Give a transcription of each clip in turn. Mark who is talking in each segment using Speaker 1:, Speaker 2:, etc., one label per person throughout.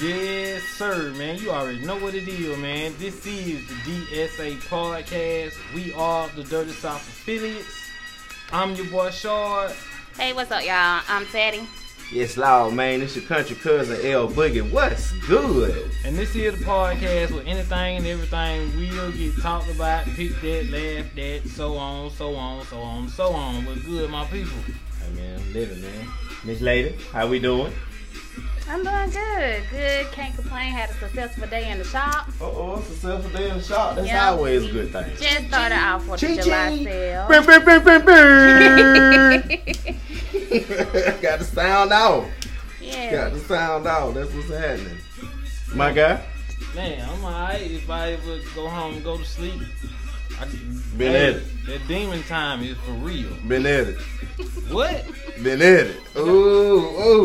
Speaker 1: Yes, sir, man. You already know what it is, man. This is the DSA podcast. We are the Dirty South affiliates. I'm your boy Shard.
Speaker 2: Hey, what's up, y'all? I'm Teddy.
Speaker 3: Yes, loud man. It's your country cousin L Boogie. What's good?
Speaker 1: And this is the podcast where anything and everything will get talked about, picked at, laughed at, so on, so on, so on, so on. We're good, my people.
Speaker 3: Hey man, I'm living man. Miss Lady, how we doing?
Speaker 2: I'm doing good. Good. Can't complain. Had a successful day in the shop.
Speaker 3: Uh oh, it's a self day in the shop. That's
Speaker 2: Yeah.
Speaker 3: always a good thing.
Speaker 2: Just started our 4th of
Speaker 3: Ching,
Speaker 2: July
Speaker 3: ching.
Speaker 2: sale.
Speaker 3: Brim, brim, brim, brim, brim. Got the sound out. Got
Speaker 2: yeah.
Speaker 3: the sound out. That's what's happening. My guy,
Speaker 1: Man, I'm alright. If I ever go home, go to sleep. I,
Speaker 3: Been
Speaker 1: Hey,
Speaker 3: at it.
Speaker 1: That demon time is for real.
Speaker 3: been at it.
Speaker 1: What?
Speaker 3: Been at it. Ooh,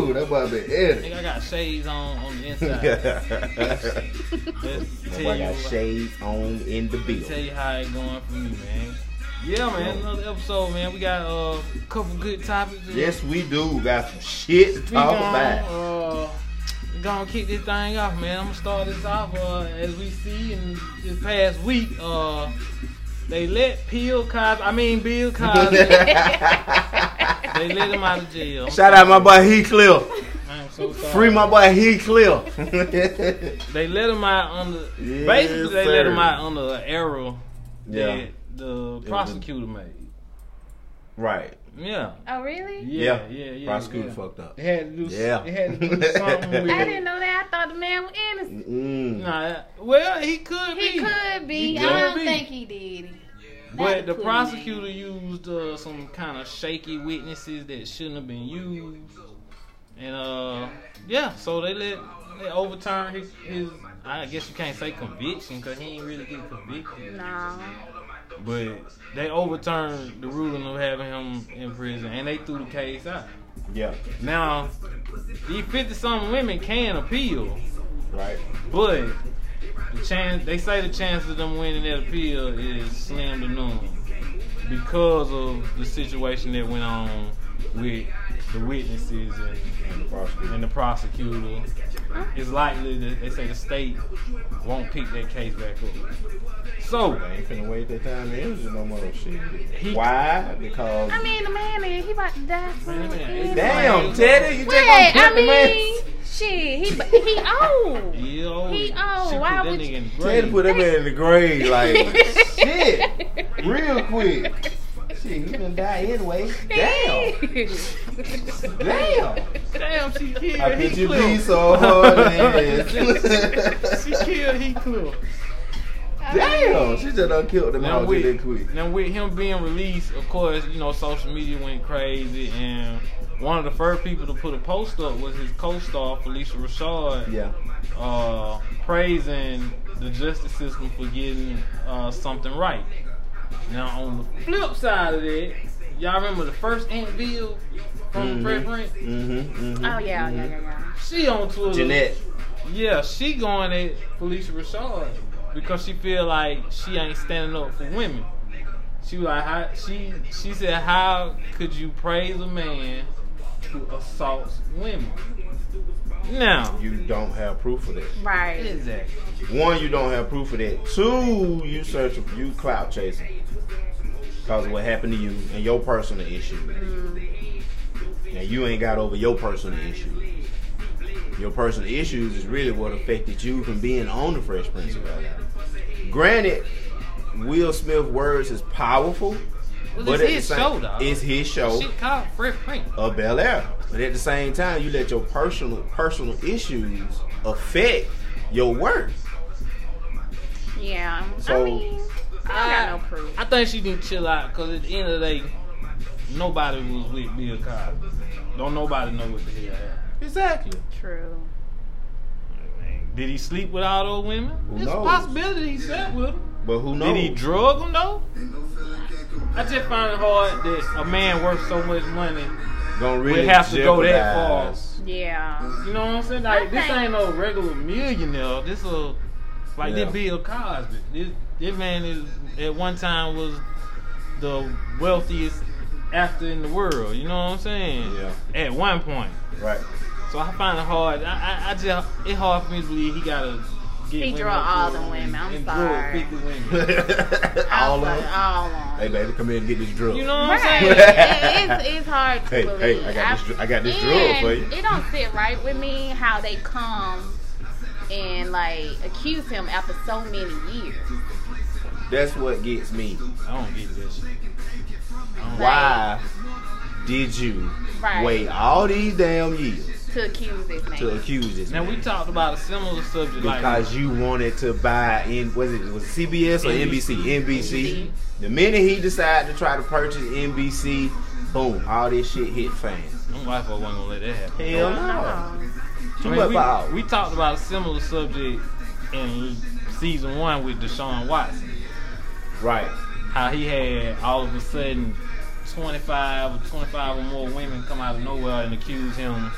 Speaker 3: ooh, that boy been at
Speaker 1: Nigga,
Speaker 3: it.
Speaker 1: I got shades on on the inside.
Speaker 3: that
Speaker 1: Just tell
Speaker 3: boy got
Speaker 1: you-
Speaker 3: shades on in the
Speaker 1: tell
Speaker 3: bill.
Speaker 1: you how it going for me, man. Yeah, man, another episode, man. We got uh, a couple good topics. to-
Speaker 3: Yes, we do. Got some shit to
Speaker 1: we
Speaker 3: talk
Speaker 1: gonna,
Speaker 3: about.
Speaker 1: Uh, we gonna kick this thing off, man. I'm gonna start this off uh, as we see in this past week. Uh, they let Bill Cosby, I mean Bill Cosby, they let him out of jail.
Speaker 3: Shout out my boy Heathcliff.
Speaker 1: I'm so sorry.
Speaker 3: Free my boy Heathcliff. yeah.
Speaker 1: They let him out under.
Speaker 3: Yes,
Speaker 1: basically, they let
Speaker 3: sir.
Speaker 1: him out under an arrow that the prosecutor made.
Speaker 3: Right.
Speaker 1: Yeah.
Speaker 2: Oh, really?
Speaker 1: Yeah, yeah, yeah.
Speaker 3: Prosecutor
Speaker 1: yeah.
Speaker 3: fucked up.
Speaker 1: It had to do.
Speaker 3: Yeah.
Speaker 1: It had to do something with.
Speaker 2: I didn't know that. I thought the man was innocent.
Speaker 3: Mm.
Speaker 1: Nah, that- well, he could be.
Speaker 2: He could be.
Speaker 1: He
Speaker 2: I
Speaker 1: could
Speaker 2: don't
Speaker 1: be.
Speaker 2: think he did.
Speaker 1: But the
Speaker 2: could be.
Speaker 1: prosecutor used uh, some kind of shaky witnesses that shouldn't have been used, and uh, yeah, so they let they overturned his, his I guess you can't say conviction because he ain't really get convicted,
Speaker 2: No.
Speaker 1: but they overturned the ruling of having him in prison, and they threw the case out.
Speaker 3: Yeah.
Speaker 1: Now, these fifty something women can appeal.
Speaker 3: Right.
Speaker 1: But the chance they say the chance of them winning that appeal is slim to none because of the situation that went on with the witnesses and,
Speaker 3: And the prosecutor.
Speaker 1: and the prosecutor. It's likely that they say the state won't pick that case back up. So
Speaker 3: They ain't finna wait their time and energy no more. Shit.
Speaker 1: He-
Speaker 3: Why? Because.
Speaker 2: I mean, the man is. He about to die soon.
Speaker 1: Man, that-
Speaker 2: anyway.
Speaker 3: damn, Teddy, you just
Speaker 2: Wait,
Speaker 3: gonna put
Speaker 2: I
Speaker 3: the
Speaker 2: mean,
Speaker 3: man.
Speaker 2: shit. He, he old.
Speaker 1: he
Speaker 3: oh,
Speaker 1: old.
Speaker 2: He
Speaker 1: She
Speaker 2: old.
Speaker 1: put
Speaker 2: Why
Speaker 1: that
Speaker 2: would
Speaker 1: nigga
Speaker 2: you-
Speaker 1: in the
Speaker 3: Teddy
Speaker 1: grave.
Speaker 3: put that man in the grave like shit, real quick. Shit, he gonna die anyway. Damn. Damn.
Speaker 1: Damn, she killed.
Speaker 3: I bet you
Speaker 1: Heathcliff.
Speaker 3: be so hard in the ass.
Speaker 1: she killed Heathcliff.
Speaker 3: Damn,
Speaker 2: Oh,
Speaker 3: she just done killed the
Speaker 1: Now
Speaker 3: mouse that quick.
Speaker 1: with, now with him being released, of course, you know, social media went crazy and one of the first people to put a post up was his co-star Felicia Rashad
Speaker 3: Yeah.
Speaker 1: uh, praising the justice system for getting uh, something right. Now on the flip side of that, y'all remember the first Aunt Bill from
Speaker 3: Mhm.
Speaker 1: the preference?
Speaker 3: Mm-hmm.
Speaker 2: Oh, yeah, yeah, yeah, yeah.
Speaker 1: She on Twitter.
Speaker 3: Jeanette.
Speaker 1: Yeah, she going at Felicia Rashad because she feel like she ain't standing up for women. She was like, how, she she said, how could you praise a man who assaults women? Now,
Speaker 3: You don't have proof of that.
Speaker 2: Right.
Speaker 1: exactly.
Speaker 3: One, you don't have proof of that. Two, you search you clout chasing because of what happened to you and your personal issue.
Speaker 1: Mm.
Speaker 3: Now you ain't got over your personal issue. Your personal issues is really what affected you from being on the Fresh Prince of Bel Air. Granted, Will Smith words is powerful,
Speaker 1: Well, it's
Speaker 3: but at the
Speaker 1: his
Speaker 3: same-
Speaker 1: show, dog.
Speaker 3: It's his show
Speaker 1: She called Fred Prince.
Speaker 3: of Bel Air. But at the same time, you let your personal personal issues affect your work.
Speaker 2: Yeah.
Speaker 3: So-
Speaker 2: I mean, I don't got no proof.
Speaker 1: I think she need to chill out because at the end of the day, nobody was with Bill Cosby. Don't nobody know what the hell happened.
Speaker 3: Exactly.
Speaker 2: True.
Speaker 1: Did he sleep with all those women?
Speaker 3: Who
Speaker 1: It's a
Speaker 3: knows?
Speaker 1: possibility he slept with them.
Speaker 3: But who knows?
Speaker 1: Did he drug them though? I just find it hard that a man worth so much money.
Speaker 3: Gonna
Speaker 1: We have to go that
Speaker 3: jeopardize-
Speaker 2: Yeah.
Speaker 1: You know what I'm saying? Like this
Speaker 2: Okay.
Speaker 1: ain't no regular millionaire. This a like
Speaker 3: Yeah.
Speaker 1: this Bill Cosby. This this man is at one time was the wealthiest actor in the world. You know what I'm saying?
Speaker 3: Yeah.
Speaker 1: At one point.
Speaker 3: Right.
Speaker 1: So I find it hard. I, I, I just it's hard for me to believe he gotta get
Speaker 2: He
Speaker 1: women
Speaker 2: drew
Speaker 1: up
Speaker 2: all
Speaker 1: there
Speaker 2: the women. I'm
Speaker 1: and draw
Speaker 2: sorry.
Speaker 1: 50 women.
Speaker 2: I
Speaker 3: All
Speaker 2: was
Speaker 3: of
Speaker 2: like,
Speaker 3: them.
Speaker 2: all on.
Speaker 3: Hey, baby, come here and get this drill.
Speaker 1: You know what I'm
Speaker 2: Right.
Speaker 1: saying?
Speaker 2: It- it's, it's hard to
Speaker 3: Hey, hey,
Speaker 2: believe.
Speaker 3: I got this- I got this
Speaker 2: and
Speaker 3: drug for you.
Speaker 2: It don't sit right with me how they come and like accuse him after so many years.
Speaker 3: That's what gets me.
Speaker 1: I don't get this. shit.
Speaker 3: Why did you
Speaker 2: Right.
Speaker 3: wait all these damn years
Speaker 2: To accuse this man.
Speaker 3: to accuse this?
Speaker 1: Now we
Speaker 3: man?
Speaker 1: talked about a similar subject like
Speaker 3: because you wanted to buy in was it was it CBS or NBC? NBC.
Speaker 2: NBC.
Speaker 3: The minute he decided to try to purchase NBC, boom, all this shit hit fans.
Speaker 1: my wife wasn't gonna let that happen.
Speaker 3: Hell no.
Speaker 2: No.
Speaker 3: Too
Speaker 1: I mean,
Speaker 3: much
Speaker 1: we,
Speaker 3: power.
Speaker 1: we talked about a similar subject in season one with Deshaun Watson.
Speaker 3: Right.
Speaker 1: How he had all of a sudden 25 or 25 or more women come out of nowhere and accuse him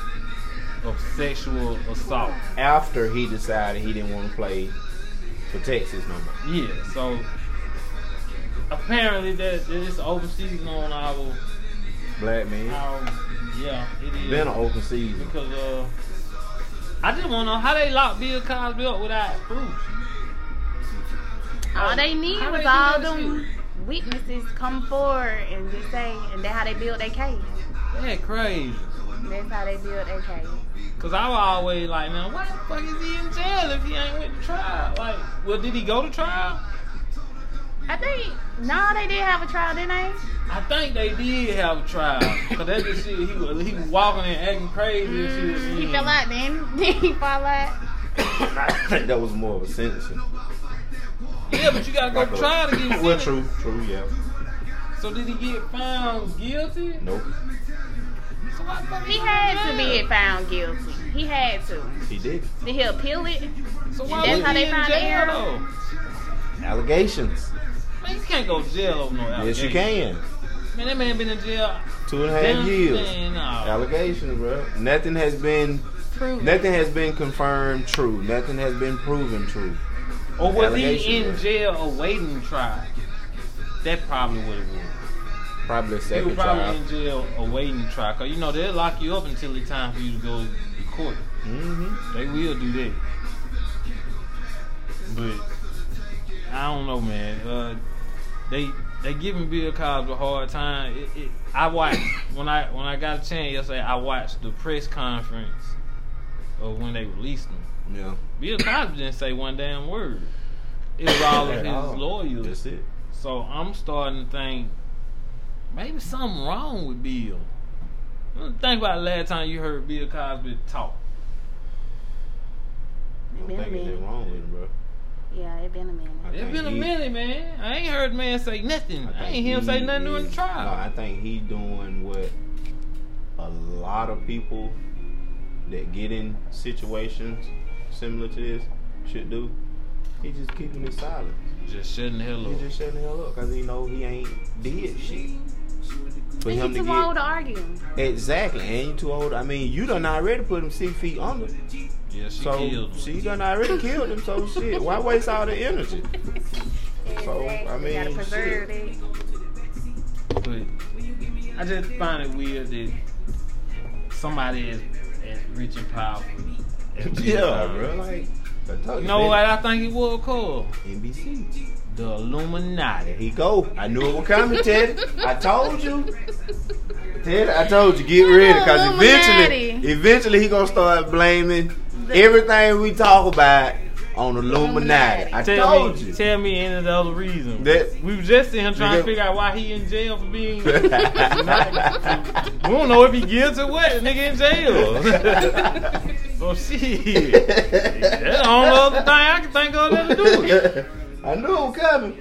Speaker 1: of sexual assault.
Speaker 3: After he decided he didn't want to play for Texas no more.
Speaker 1: Yeah, so apparently that that it's an open season on our,
Speaker 3: Black man.
Speaker 1: our yeah, it is.
Speaker 3: Been an open season.
Speaker 1: Because uh, I just want to know how they locked Bill Cosby up without proof.
Speaker 2: All they need
Speaker 1: How
Speaker 2: was
Speaker 1: they
Speaker 2: all
Speaker 1: do that
Speaker 2: them witnesses come forward and just say, and that's how they build their case.
Speaker 1: That crazy.
Speaker 2: That's how they build their case.
Speaker 1: Cause I was always like, man, why the fuck is he in jail if he ain't went to trial? Like, well, did he go to trial?
Speaker 2: I think no, they did have a trial, didn't they?
Speaker 1: I think they did have a trial. Cause that just shit, he was he was walking and acting crazy. and shit.
Speaker 2: He
Speaker 1: Mm.
Speaker 2: fell out then. Did he fall out?
Speaker 3: I think that was more of a sentencing.
Speaker 1: Yeah, but you gotta go to trial to get
Speaker 3: Well,
Speaker 1: sentenced.
Speaker 3: true, true, yeah.
Speaker 1: So did he get found guilty?
Speaker 3: Nope.
Speaker 1: So why the fuck
Speaker 2: He
Speaker 1: was
Speaker 2: had to
Speaker 1: in
Speaker 2: be
Speaker 1: jail?
Speaker 2: found guilty. He had to.
Speaker 3: He did.
Speaker 2: Did he appeal it?
Speaker 1: So why
Speaker 2: That's
Speaker 1: was he
Speaker 2: how they
Speaker 1: in
Speaker 2: found
Speaker 1: jail
Speaker 2: him?
Speaker 1: though?
Speaker 3: Allegations.
Speaker 1: Man, you can't go to jail over no
Speaker 3: Yes, you
Speaker 1: allegation.
Speaker 3: can.
Speaker 1: Man, that man been in jail.
Speaker 3: Two and a
Speaker 1: Damn,
Speaker 3: half years.
Speaker 1: man, no.
Speaker 3: Allegations, bro. Nothing has been
Speaker 2: Prove it.
Speaker 3: Nothing has been confirmed true. Nothing has been proven true.
Speaker 1: Or was he
Speaker 3: Allegation,
Speaker 1: in
Speaker 3: right.
Speaker 1: jail awaiting trial? That probably would have been.
Speaker 3: Probably a
Speaker 1: He was
Speaker 3: second
Speaker 1: probably
Speaker 3: trial.
Speaker 1: in jail awaiting trial. Cause you know they'll lock you up until it's time for you to go to court.
Speaker 3: hmm
Speaker 1: They will do that. But I don't know, man. Uh, they they giving Bill Cosby a hard time. It, it, I watched when I when I got a chance yesterday. I watched the press conference of when they released him.
Speaker 3: Yeah.
Speaker 1: Bill Cosby didn't say one damn word. It was all of
Speaker 3: At
Speaker 1: his
Speaker 3: all.
Speaker 1: lawyers.
Speaker 3: That's it.
Speaker 1: So I'm starting to think maybe something wrong with Bill. Think about the last time you heard Bill Cosby talk.
Speaker 3: I don't
Speaker 2: Been a
Speaker 3: think there's
Speaker 2: minute.
Speaker 3: nothing wrong with it, bro.
Speaker 2: Yeah, it been a minute.
Speaker 3: I
Speaker 1: It's
Speaker 3: think
Speaker 1: been a
Speaker 3: he-
Speaker 1: minute, man. I ain't heard the man say nothing. I,
Speaker 3: think
Speaker 1: ain't hear him say
Speaker 3: he
Speaker 1: nothing during the
Speaker 3: is-
Speaker 1: trial.
Speaker 3: No, I think he doing what a lot of people that get in situations similar to this should do. He just keeping his silence.
Speaker 1: just shutting the hell
Speaker 3: He
Speaker 1: up.
Speaker 3: just shutting the hell up because he know he ain't did shit. For
Speaker 2: He's
Speaker 3: him to
Speaker 2: too
Speaker 3: get
Speaker 2: old to argue.
Speaker 3: exactly, and you too old. I mean, you done already put him six feet under,
Speaker 1: Yeah, she
Speaker 3: so
Speaker 1: killed him.
Speaker 3: she done already killed him. So shit, why waste all the energy? So, I
Speaker 2: Exactly. gotta
Speaker 3: mean,
Speaker 2: preserve it.
Speaker 1: But I just find it weird that somebody is as rich and powerful. as Bill
Speaker 3: yeah,
Speaker 1: Cosby.
Speaker 3: bro. Like, I told
Speaker 1: You know
Speaker 3: man,
Speaker 1: what I think it was called?
Speaker 3: NBC.
Speaker 1: The Illuminati.
Speaker 3: There he go. I knew it was coming, Ted. I told you. Ted, I told you, get ready, cause eventually,
Speaker 2: Illuminati.
Speaker 3: eventually he gonna start blaming everything we talk about on Illuminati. I
Speaker 1: Tell
Speaker 3: told
Speaker 1: me,
Speaker 3: you.
Speaker 1: tell me any other reason.
Speaker 3: That-
Speaker 1: we were just in here trying to
Speaker 3: You get-
Speaker 1: figure out why he in jail for being. we don't know if he guilty or what. The nigga in jail. so shit. That's the only other thing I can think of that to do with. it.
Speaker 3: I knew it was coming.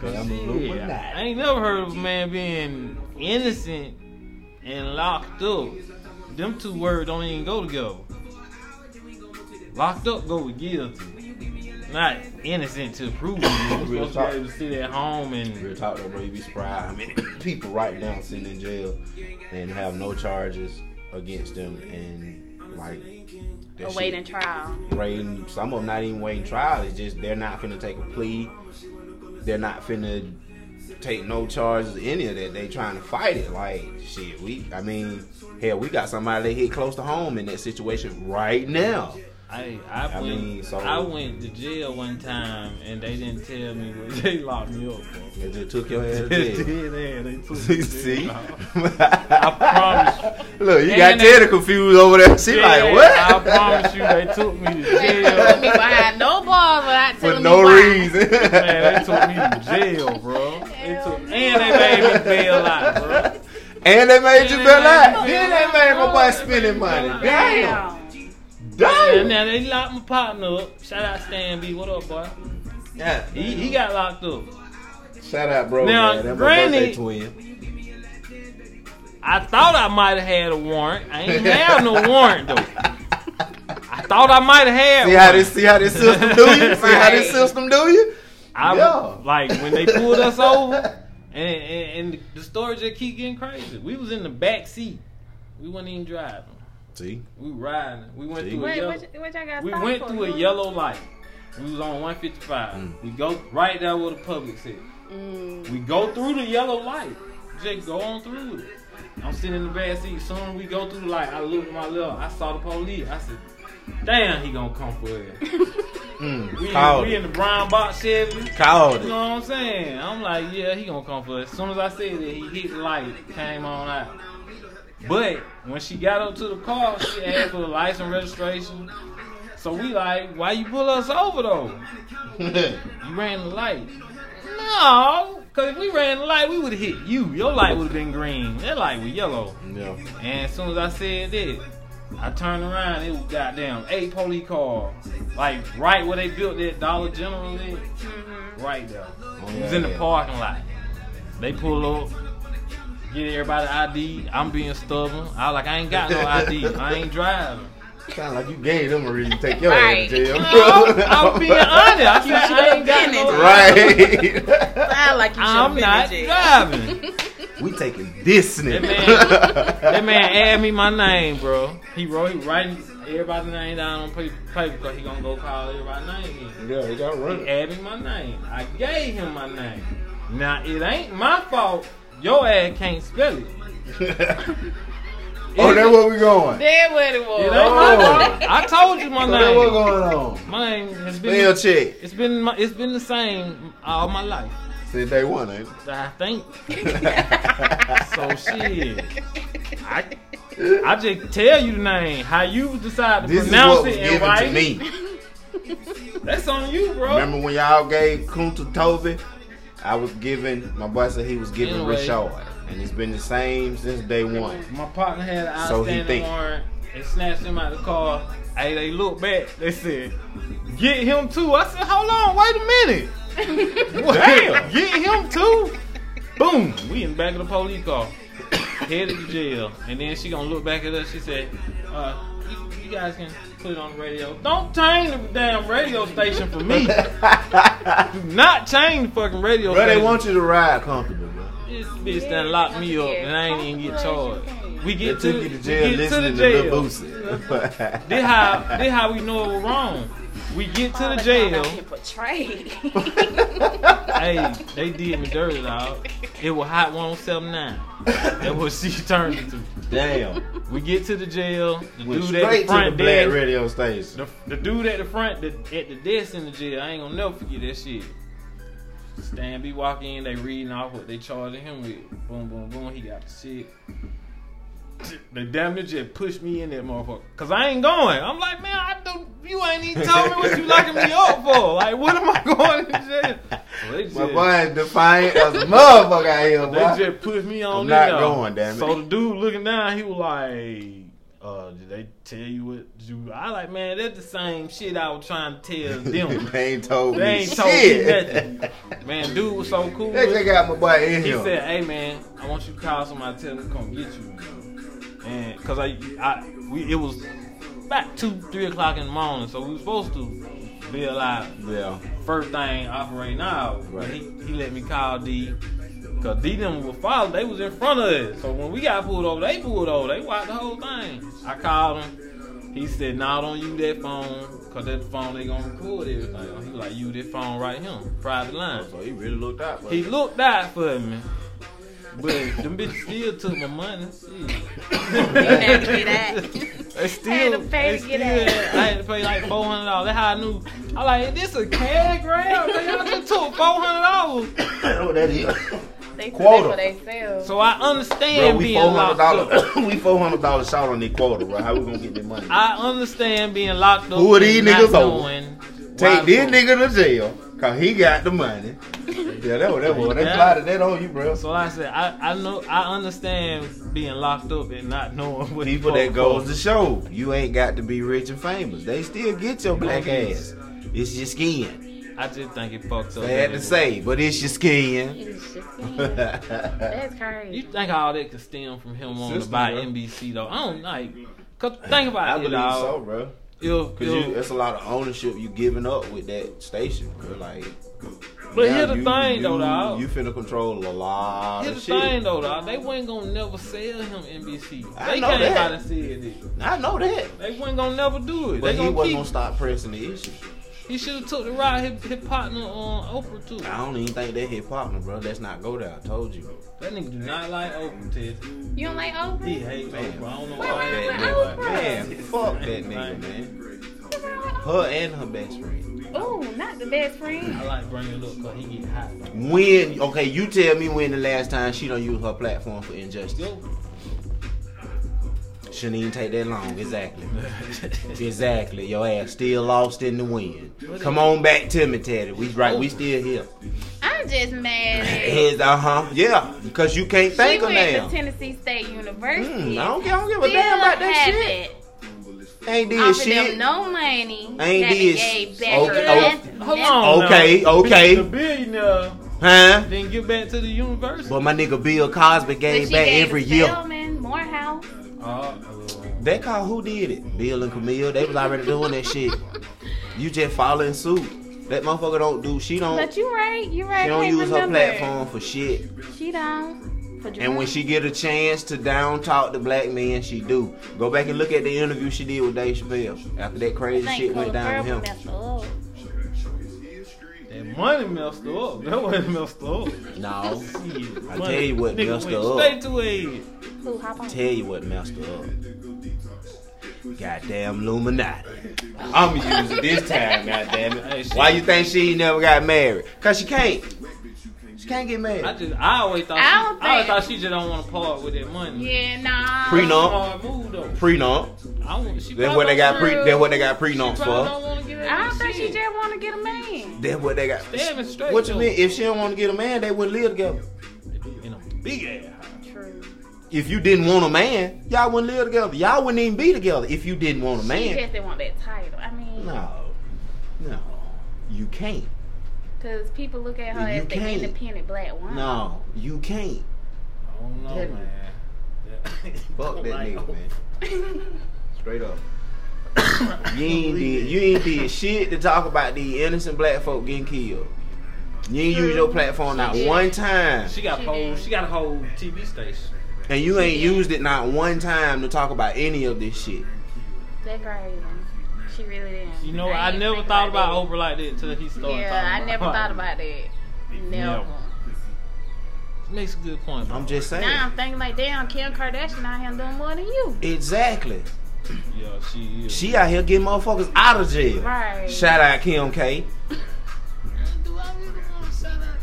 Speaker 3: Cause I'm Illuminati.
Speaker 1: Yeah, I ain't never heard of a man being innocent and locked up. Them two words don't even go together. Locked up go with guilty. Not innocent to prove it.
Speaker 3: Real
Speaker 1: You're supposed to
Speaker 3: talk.
Speaker 1: be able to sit at home
Speaker 3: Real
Speaker 1: and
Speaker 3: talk though, bro. You be surprised how many people right now sitting in jail and have no charges against them and like that
Speaker 2: Awaiting
Speaker 3: shit-
Speaker 2: trial.
Speaker 3: waiting. Some of them not even waiting trial. It's just they're not finna take a plea. They're not finna take no charges, any of that. They trying to fight it. Like shit, we. I mean, hell, we got somebody that hit close to home in that situation right now.
Speaker 1: I I,
Speaker 3: I
Speaker 1: went
Speaker 3: mean, so-
Speaker 1: I went to jail one time and they didn't tell me what they locked me up for.
Speaker 3: They just took your ass to
Speaker 1: They
Speaker 3: jail.
Speaker 1: did, yeah, they took me to
Speaker 3: See,
Speaker 1: jail. I promise.
Speaker 3: Look, you got
Speaker 1: And they-
Speaker 3: Teddy confused over there. She like,
Speaker 1: I
Speaker 3: what?
Speaker 1: promise you, they took me to
Speaker 2: They put me
Speaker 1: jail.
Speaker 2: behind no bars without telling
Speaker 3: For
Speaker 2: me
Speaker 3: no
Speaker 2: why.
Speaker 3: reason.
Speaker 1: Man, they took me to jail, bro. They took, and they made me bail out, bro.
Speaker 3: And they made you
Speaker 1: And they
Speaker 3: bail
Speaker 1: made
Speaker 3: out.
Speaker 1: me
Speaker 3: Then
Speaker 1: bail
Speaker 3: they made my
Speaker 1: out.
Speaker 3: boy spending money. Damn.
Speaker 1: And
Speaker 3: Damn.
Speaker 1: now they locked my partner up. Shout out Stan B. What up, boy?
Speaker 3: Yeah.
Speaker 1: He, he got locked up.
Speaker 3: Shout out, bro.
Speaker 1: Now,
Speaker 3: man. That my
Speaker 1: granted-
Speaker 3: birthday twin.
Speaker 1: I thought I might have had a warrant. I ain't have no warrant, though. I thought I might have had
Speaker 3: See
Speaker 1: one.
Speaker 3: how this see how this system do you? See how
Speaker 2: Right.
Speaker 3: this system do you?
Speaker 1: I
Speaker 3: Yeah.
Speaker 1: like when they pulled us over, and, and and the story just keep getting crazy. We was in the back seat. We wasn't even driving.
Speaker 3: See?
Speaker 1: We riding. We went
Speaker 3: See?
Speaker 1: through a
Speaker 2: Wait,
Speaker 1: yellow.
Speaker 2: what, y- what y'all got
Speaker 1: we
Speaker 2: stopped
Speaker 1: went
Speaker 2: for?
Speaker 1: through a yellow light. We was on 155.
Speaker 3: Mm.
Speaker 1: We go right there where the public sit.
Speaker 2: Mm,
Speaker 1: We go through the yellow light. Just go on through it. I'm sitting in the back seat. Soon as we go through the light, I look at my left. I saw the police. I said, "Damn, he gonna come for it."
Speaker 3: Mm,
Speaker 1: We,
Speaker 3: called
Speaker 1: we
Speaker 3: it.
Speaker 1: in the brown box Chevy.
Speaker 3: Called
Speaker 1: You
Speaker 3: it.
Speaker 1: know what I'm saying? I'm like, yeah, he gonna come for us. As soon as I said that, he hit the light, came on out. But when she got up to the car, she asked for the license registration. So we like, why you pull us over though? You ran the light. No, cause if we ran the light, we would have hit you. Your light would have been green. That light was yellow.
Speaker 3: yeah.
Speaker 1: And as soon as I said that, I turned around. It was goddamn eight police cars, like right where they built that Dollar General, at, right there. It was in the parking lot. They pull up, get everybody ID. I'm being stubborn. I like I ain't got no ID. I ain't driving.
Speaker 3: Sound like you gave them a reason to take your
Speaker 2: Right.
Speaker 3: ass to jail.
Speaker 1: No, I'm being honest. I said I ain't got no ID.
Speaker 3: Right.
Speaker 2: sound like you
Speaker 1: I'm
Speaker 2: should've
Speaker 1: not
Speaker 2: been in
Speaker 1: driving.
Speaker 3: we taking this nigga.
Speaker 1: That That man add me my name, bro. He wrote he writing everybody's name down on paper because he gonna go call everybody's name in.
Speaker 3: Yeah, he got run.
Speaker 1: He added my name. I gave him my name. Now it ain't my fault. Your ass can't spell it.
Speaker 3: oh, that's where we going. Oh,
Speaker 2: There what it was.
Speaker 1: It ain't my fault. I told you my
Speaker 3: So that's
Speaker 1: name.
Speaker 3: what's going on.
Speaker 1: My name has been
Speaker 3: Spell check.
Speaker 1: it's been my, it's been the same all my life.
Speaker 3: Since day one, ain't
Speaker 1: I think
Speaker 3: it?
Speaker 1: so. Shit, I I just tell you the name how you decide to
Speaker 3: This is
Speaker 1: pronounce
Speaker 3: what was
Speaker 1: it and
Speaker 3: given
Speaker 1: write
Speaker 3: to
Speaker 1: it.
Speaker 3: me.
Speaker 1: That's on you, bro.
Speaker 3: Remember when y'all gave Kunta Tovey? I was given, my boy said he was giving
Speaker 1: Anyway.
Speaker 3: Rashad. And it's been the same since day one.
Speaker 1: My partner had an
Speaker 3: So he
Speaker 1: outstanding
Speaker 3: think-
Speaker 1: warrant. They snatched him out of the car. Hey, they looked back. They said, "Get him too." I said, "Hold on, wait a minute. What?
Speaker 3: Damn.
Speaker 1: get him too." Boom. We in the back of the police car, headed to jail. And then she gonna look back at us. She said, uh, you, "You guys can put it on the radio. Don't change the damn radio station for me. Do not change the fucking radio
Speaker 3: Bro, they
Speaker 1: station."
Speaker 3: want you to ride comfortable, bro.
Speaker 1: This bitch done locked me up and I ain't even get charged. We
Speaker 3: They
Speaker 1: get to,
Speaker 3: took you to jail
Speaker 1: we get to the
Speaker 3: listening to Lil
Speaker 1: jail.
Speaker 3: Boosie.
Speaker 1: This how this how we know it was wrong. We get to the jail.
Speaker 2: Portrayed.
Speaker 1: Hey, they did me dirty, dog. It was hot 1079. That what she turned it to.
Speaker 3: Damn.
Speaker 1: We get to the jail. The
Speaker 3: Went
Speaker 1: dude at the
Speaker 3: straight to the
Speaker 1: front
Speaker 3: black
Speaker 1: desk.
Speaker 3: radio station.
Speaker 1: The, the dude at the front, the, at the desk in the jail, I ain't gonna never forget that shit. Stan B walk in, they reading off what they charging him with. Boom, boom, boom, he got the shit. They damn near just pushed me in that motherfucker. Cause I ain't going. I'm like, man, I don't, you ain't even told me what you locking me up for. Like, what am I going to jail? So they just,
Speaker 3: My boy is defiant as a motherfucker out here, boy.
Speaker 1: they just pushed me on
Speaker 3: I'm
Speaker 1: there.
Speaker 3: not going, damn it.
Speaker 1: So the dude looking down, he was like, uh, did they tell you what you I like, man, that's the same shit I was trying to tell them.
Speaker 3: they ain't told
Speaker 1: they
Speaker 3: me
Speaker 1: ain't told me
Speaker 3: shit.
Speaker 1: nothing. Man, dude was so cool.
Speaker 3: They just got my boy in
Speaker 1: He
Speaker 3: here.
Speaker 1: said, "Hey man, I want you to call somebody, tell them to come get you." And cause I, I, we, it was about two, three o'clock in the morning, so we were supposed to be alive
Speaker 3: yeah.
Speaker 1: first thing operating out.
Speaker 3: Right.
Speaker 1: He, he let me call D. Cause D them were followed. They was in front of us. So when we got pulled over, they pulled over. They watched the whole thing. I called him. He said, "Not on you that phone, cause that phone they gonna record everything." on." He was like, "You that phone right here, private line."
Speaker 3: So he really looked out. for
Speaker 1: He
Speaker 3: us.
Speaker 1: looked out for me, but them bitches still took my money. Shit.
Speaker 2: had to be that.
Speaker 1: They still,
Speaker 2: Had to pay
Speaker 1: they
Speaker 2: to
Speaker 1: still,
Speaker 2: get that.
Speaker 1: I had to pay like four hundred dollars. That's how I knew. I like this a cash grab. They y'all just took four hundred dollars.
Speaker 3: Oh, that is.
Speaker 2: They
Speaker 3: Quota.
Speaker 2: for themselves.
Speaker 1: So I understand
Speaker 3: Bro, we
Speaker 1: being
Speaker 3: four
Speaker 1: locked
Speaker 3: hundred
Speaker 1: up.
Speaker 3: dollars. we four hundred dollars short on that quota, bro. How we gonna get that money?
Speaker 1: I understand being locked up.
Speaker 3: Who are these
Speaker 1: and not
Speaker 3: niggas over?
Speaker 1: knowing why
Speaker 3: Take this
Speaker 1: the-
Speaker 3: nigga to jail, cause he got the money. Yeah, that was that was. They
Speaker 1: Yeah.
Speaker 3: plotted that on you, bro.
Speaker 1: So like I said, I, I know I understand being locked up and not knowing what
Speaker 3: People
Speaker 1: the
Speaker 3: that
Speaker 1: fuck
Speaker 3: goes
Speaker 1: going-
Speaker 3: to show, you ain't got to be rich and famous. They still get your black
Speaker 1: Okay.
Speaker 3: ass. It's your skin.
Speaker 1: I just think it fucks up.
Speaker 3: Sad to
Speaker 1: everyone.
Speaker 3: say, but it's your skin.
Speaker 2: It's just me.
Speaker 3: That's
Speaker 2: That's
Speaker 1: You
Speaker 2: crazy.
Speaker 1: think all that could stem from him wanting to
Speaker 3: System,
Speaker 1: buy
Speaker 3: bro.
Speaker 1: NBC though? I don't like. Cause think
Speaker 3: I
Speaker 1: about it,
Speaker 3: believe
Speaker 1: dawg.
Speaker 3: so, bro.
Speaker 1: If,
Speaker 3: Cause
Speaker 1: if,
Speaker 3: you, that's a lot of ownership you giving up with that station, bro. Like,
Speaker 1: But
Speaker 3: now
Speaker 1: here's the
Speaker 3: you-
Speaker 1: thing,
Speaker 3: you-
Speaker 1: though, dog.
Speaker 3: You finna control a lot
Speaker 1: Here's
Speaker 3: of
Speaker 1: the
Speaker 3: shit.
Speaker 1: thing though, dog. They wasn't gonna never sell him NBC.
Speaker 3: I
Speaker 1: They
Speaker 3: know
Speaker 1: came
Speaker 3: that.
Speaker 1: out and said it.
Speaker 3: I know that,
Speaker 1: They wasn't gonna never do it.
Speaker 3: but
Speaker 1: they
Speaker 3: he
Speaker 1: gonna
Speaker 3: wasn't
Speaker 1: keep.
Speaker 3: gonna stop pressing the issue.
Speaker 1: He should have took the ride his, his partner on Oprah too.
Speaker 3: I don't even think that hit partner, bro. Let's not go there. I told you.
Speaker 1: That nigga do not like Oprah, Ted.
Speaker 2: You don't like
Speaker 1: He
Speaker 2: Oprah?
Speaker 1: hates Oprah. I don't know
Speaker 2: Wait,
Speaker 1: why.
Speaker 2: wait,
Speaker 1: that
Speaker 2: wait,
Speaker 1: nigga-
Speaker 2: Oprah.
Speaker 3: Man, fuck that nigga, man. Her and her best friend.
Speaker 2: Ooh, not the best friend.
Speaker 1: I like bringing it up because he get hot. Bro.
Speaker 3: When? Okay, you tell me when the last time she don't use her platform for injustice.
Speaker 1: Yo.
Speaker 3: Shouldn't even take that long. Exactly. exactly. Your ass still lost in the wind. Come on back to me, Teddy. We right. We still here.
Speaker 2: I'm just mad at
Speaker 3: Uh huh. Yeah. Because you can't
Speaker 2: She
Speaker 3: think of
Speaker 2: went to
Speaker 3: now.
Speaker 2: Tennessee State University.
Speaker 3: Mm, I don't, I don't give a damn about that shit. Ain't did
Speaker 2: Offered
Speaker 3: shit.
Speaker 2: them no money. that
Speaker 3: Ain't Oh,
Speaker 2: they
Speaker 3: did
Speaker 2: gave
Speaker 3: sh-
Speaker 2: back
Speaker 3: okay,
Speaker 2: her
Speaker 3: okay.
Speaker 2: nothing.
Speaker 1: Hold on.
Speaker 3: Okay,
Speaker 1: now.
Speaker 3: okay.
Speaker 1: The billionaire
Speaker 3: Huh?
Speaker 1: didn't get back to the university.
Speaker 3: But my nigga Bill Cosby
Speaker 2: But
Speaker 3: gave
Speaker 2: she
Speaker 3: back
Speaker 2: gave
Speaker 3: every year.
Speaker 2: Spelman, Morehouse.
Speaker 1: Uh,
Speaker 3: They call who did it? Bill and Camille. They was already doing that shit. You just following suit. That motherfucker don't do. She don't.
Speaker 2: But
Speaker 3: She
Speaker 2: you right, you right.
Speaker 3: don't
Speaker 2: can't
Speaker 3: use her
Speaker 2: remember.
Speaker 3: platform for shit.
Speaker 2: She don't. For
Speaker 3: And when she get a chance to down talk the black men, she do. Go back and look at the interview she did with Dave Chappelle after that crazy shit went down with him.
Speaker 1: that money messed her up. That wasn't messed her up.
Speaker 3: No,
Speaker 1: Shit,
Speaker 3: I
Speaker 1: money.
Speaker 3: tell you what
Speaker 1: Nigga
Speaker 3: messed
Speaker 1: went
Speaker 3: her up.
Speaker 1: Straight to her head.
Speaker 2: Who hop on?
Speaker 3: tell you what messed her up. Goddamn Illuminati. I'm gonna use it this time,
Speaker 1: Hey,
Speaker 3: goddammit.
Speaker 1: shit.
Speaker 3: Why you think she ain't never got married? Cause she can't. She can't get
Speaker 1: I
Speaker 3: married.
Speaker 1: just, I always thought,
Speaker 2: I
Speaker 1: she,
Speaker 2: don't
Speaker 1: I always
Speaker 2: think-
Speaker 1: thought she just don't want to part with that money.
Speaker 2: Yeah, nah.
Speaker 3: Prenup.
Speaker 1: Hard move though.
Speaker 3: Prenup.
Speaker 1: I want, she
Speaker 3: That's
Speaker 1: probably
Speaker 3: what they got pre
Speaker 1: don't-
Speaker 3: that's what they got
Speaker 1: she probably
Speaker 3: prenups for.
Speaker 1: don't want to get
Speaker 2: I don't think she
Speaker 1: shit.
Speaker 2: just want to get a man.
Speaker 3: That's what they got.
Speaker 1: Damn, it's straight
Speaker 3: What you
Speaker 1: though.
Speaker 3: mean? If she don't want to get a man, they wouldn't live together.
Speaker 1: in a big ass house.
Speaker 2: True.
Speaker 3: If you didn't want a man, y'all wouldn't live together. Y'all wouldn't even be together if you didn't want a
Speaker 2: She
Speaker 3: man.
Speaker 2: just didn't want that title. I mean,
Speaker 3: No. No. You can't.
Speaker 2: because people look at her
Speaker 3: You
Speaker 2: as the
Speaker 3: can't.
Speaker 2: independent black woman.
Speaker 3: No. You can't.
Speaker 1: I don't know,
Speaker 3: That-
Speaker 1: man.
Speaker 3: Fuck that
Speaker 1: Like,
Speaker 3: nigga, man. Straight up. you ain't did you ain't did shit to talk about the innocent black folk getting killed. You ain't use your platform not
Speaker 2: did.
Speaker 3: one time,
Speaker 1: She got
Speaker 2: She
Speaker 1: whole,
Speaker 2: did.
Speaker 1: she got a whole TV station.
Speaker 3: and you ain't used it not one time to talk about any of this shit.
Speaker 2: That crazy. She really didn't.
Speaker 1: You know, I,
Speaker 2: didn't
Speaker 1: never
Speaker 2: think
Speaker 1: thought about Oprah like that until he
Speaker 2: that.
Speaker 1: started.
Speaker 2: Yeah, I
Speaker 1: talking
Speaker 2: never
Speaker 1: about
Speaker 2: thought
Speaker 1: it.
Speaker 2: about that. Never.
Speaker 1: Makes a good point. Bro.
Speaker 3: I'm just saying.
Speaker 2: Now I'm thinking like, damn, Kim Kardashian out here doing more than you.
Speaker 3: Exactly.
Speaker 1: Yeah, she is.
Speaker 3: She out here getting motherfuckers out of jail.
Speaker 2: Right.
Speaker 3: Shout out Kim K.
Speaker 1: Do I really want to shout out?